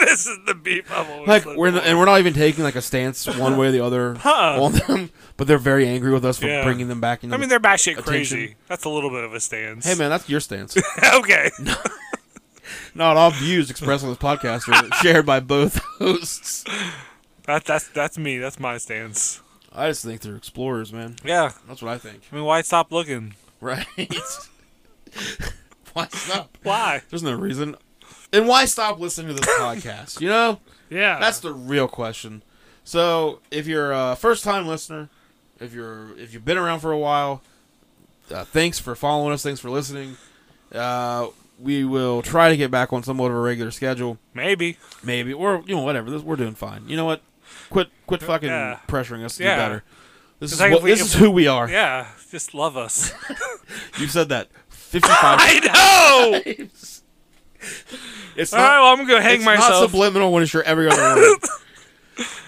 Speaker 2: this is the beef I'm always
Speaker 1: Like
Speaker 2: looking
Speaker 1: we're
Speaker 2: for.
Speaker 1: not, and we're not even taking like a stance one way or the other
Speaker 2: Huh.
Speaker 1: on them, but they're very angry with us for
Speaker 2: Yeah.
Speaker 1: bringing them back. Into
Speaker 2: I mean,
Speaker 1: the-
Speaker 2: they're batshit
Speaker 1: Attention.
Speaker 2: crazy. That's a little bit of a stance.
Speaker 1: hey man, that's your stance.
Speaker 2: okay.
Speaker 1: not all views expressed on this podcast are shared by both hosts.
Speaker 2: That, that's that's me. That's my stance.
Speaker 1: I just think they're explorers, man.
Speaker 2: Yeah.
Speaker 1: That's what I think.
Speaker 2: I mean, why stop looking?
Speaker 1: Right? why stop?
Speaker 2: Why?
Speaker 1: There's no reason. And why stop listening to this podcast? You know,
Speaker 2: Yeah.
Speaker 1: that's the real question. So, if you're a first-time listener, if you're if you've been around for a while, uh, thanks for following us. Thanks for listening. Uh, we will try to get back on somewhat of a regular schedule,
Speaker 2: maybe.
Speaker 1: maybe, or you know, whatever. This, we're doing fine. You know what? Quit, quit fucking
Speaker 2: Yeah.
Speaker 1: pressuring us to
Speaker 2: Yeah.
Speaker 1: do better. This is
Speaker 2: like
Speaker 1: what,
Speaker 2: if we-
Speaker 1: this
Speaker 2: if
Speaker 1: is who we are.
Speaker 2: Yeah. Just love us.
Speaker 1: You've said that 55
Speaker 2: I know.
Speaker 1: it's not,
Speaker 2: All right. Well, I'm gonna hang
Speaker 1: it's not
Speaker 2: myself.
Speaker 1: subliminal when it's your every other word.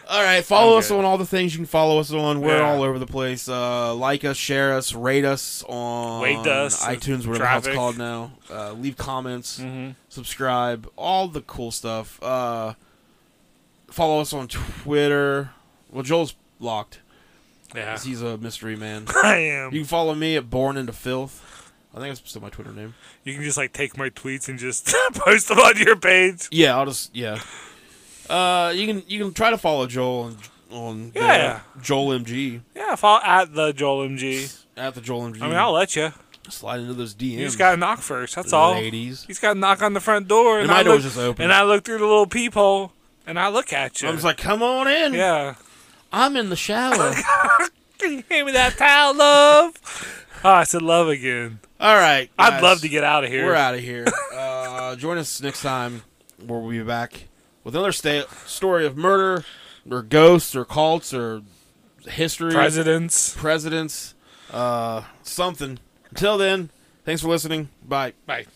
Speaker 1: all right, follow
Speaker 2: I'm
Speaker 1: us
Speaker 2: good.
Speaker 1: on all the things you can follow us on. We're
Speaker 2: Yeah.
Speaker 1: all over the place. Uh, like us, share us, rate us on
Speaker 2: Wait us,
Speaker 1: iTunes, whatever the hell it's
Speaker 2: traffic.
Speaker 1: called now. Uh, leave comments,
Speaker 2: Mhm.
Speaker 1: subscribe, all the cool stuff. Uh, follow us on Twitter. Well, Joel's locked
Speaker 2: yeah.
Speaker 1: 'cause he's a mystery man.
Speaker 2: I
Speaker 1: you
Speaker 2: am.
Speaker 1: can follow me at Born into Filth. I think that's still my Twitter name.
Speaker 2: You can just like take my tweets and just post them on your page.
Speaker 1: Yeah, I'll just yeah. Uh, you can you can try to follow Joel on on
Speaker 2: Yeah.
Speaker 1: there, Joel MG
Speaker 2: Yeah. Follow at the Joel MG.
Speaker 1: at the Joel MG.
Speaker 2: I mean, I'll let you.
Speaker 1: slide into those DMs.
Speaker 2: You just gotta knock first. That's all.
Speaker 1: ladies.
Speaker 2: He's got to knock on the front door, and
Speaker 1: And my
Speaker 2: I
Speaker 1: door
Speaker 2: look,
Speaker 1: was just open.
Speaker 2: and I look through the little peephole, and I look at you.
Speaker 1: I was like, hmm. come on in.
Speaker 2: yeah.
Speaker 1: I'm in the shower.
Speaker 2: Can you hand me that towel, love? oh, I said love again.
Speaker 1: all right.
Speaker 2: I'd
Speaker 1: guys,
Speaker 2: love to get out of here.
Speaker 1: We're out of here. Uh, join us next time where we'll be back with another sta- story of murder or ghosts or cults or history.
Speaker 2: Presidents.
Speaker 1: presidents, uh, something. Until then, thanks for listening. Bye.
Speaker 2: Bye.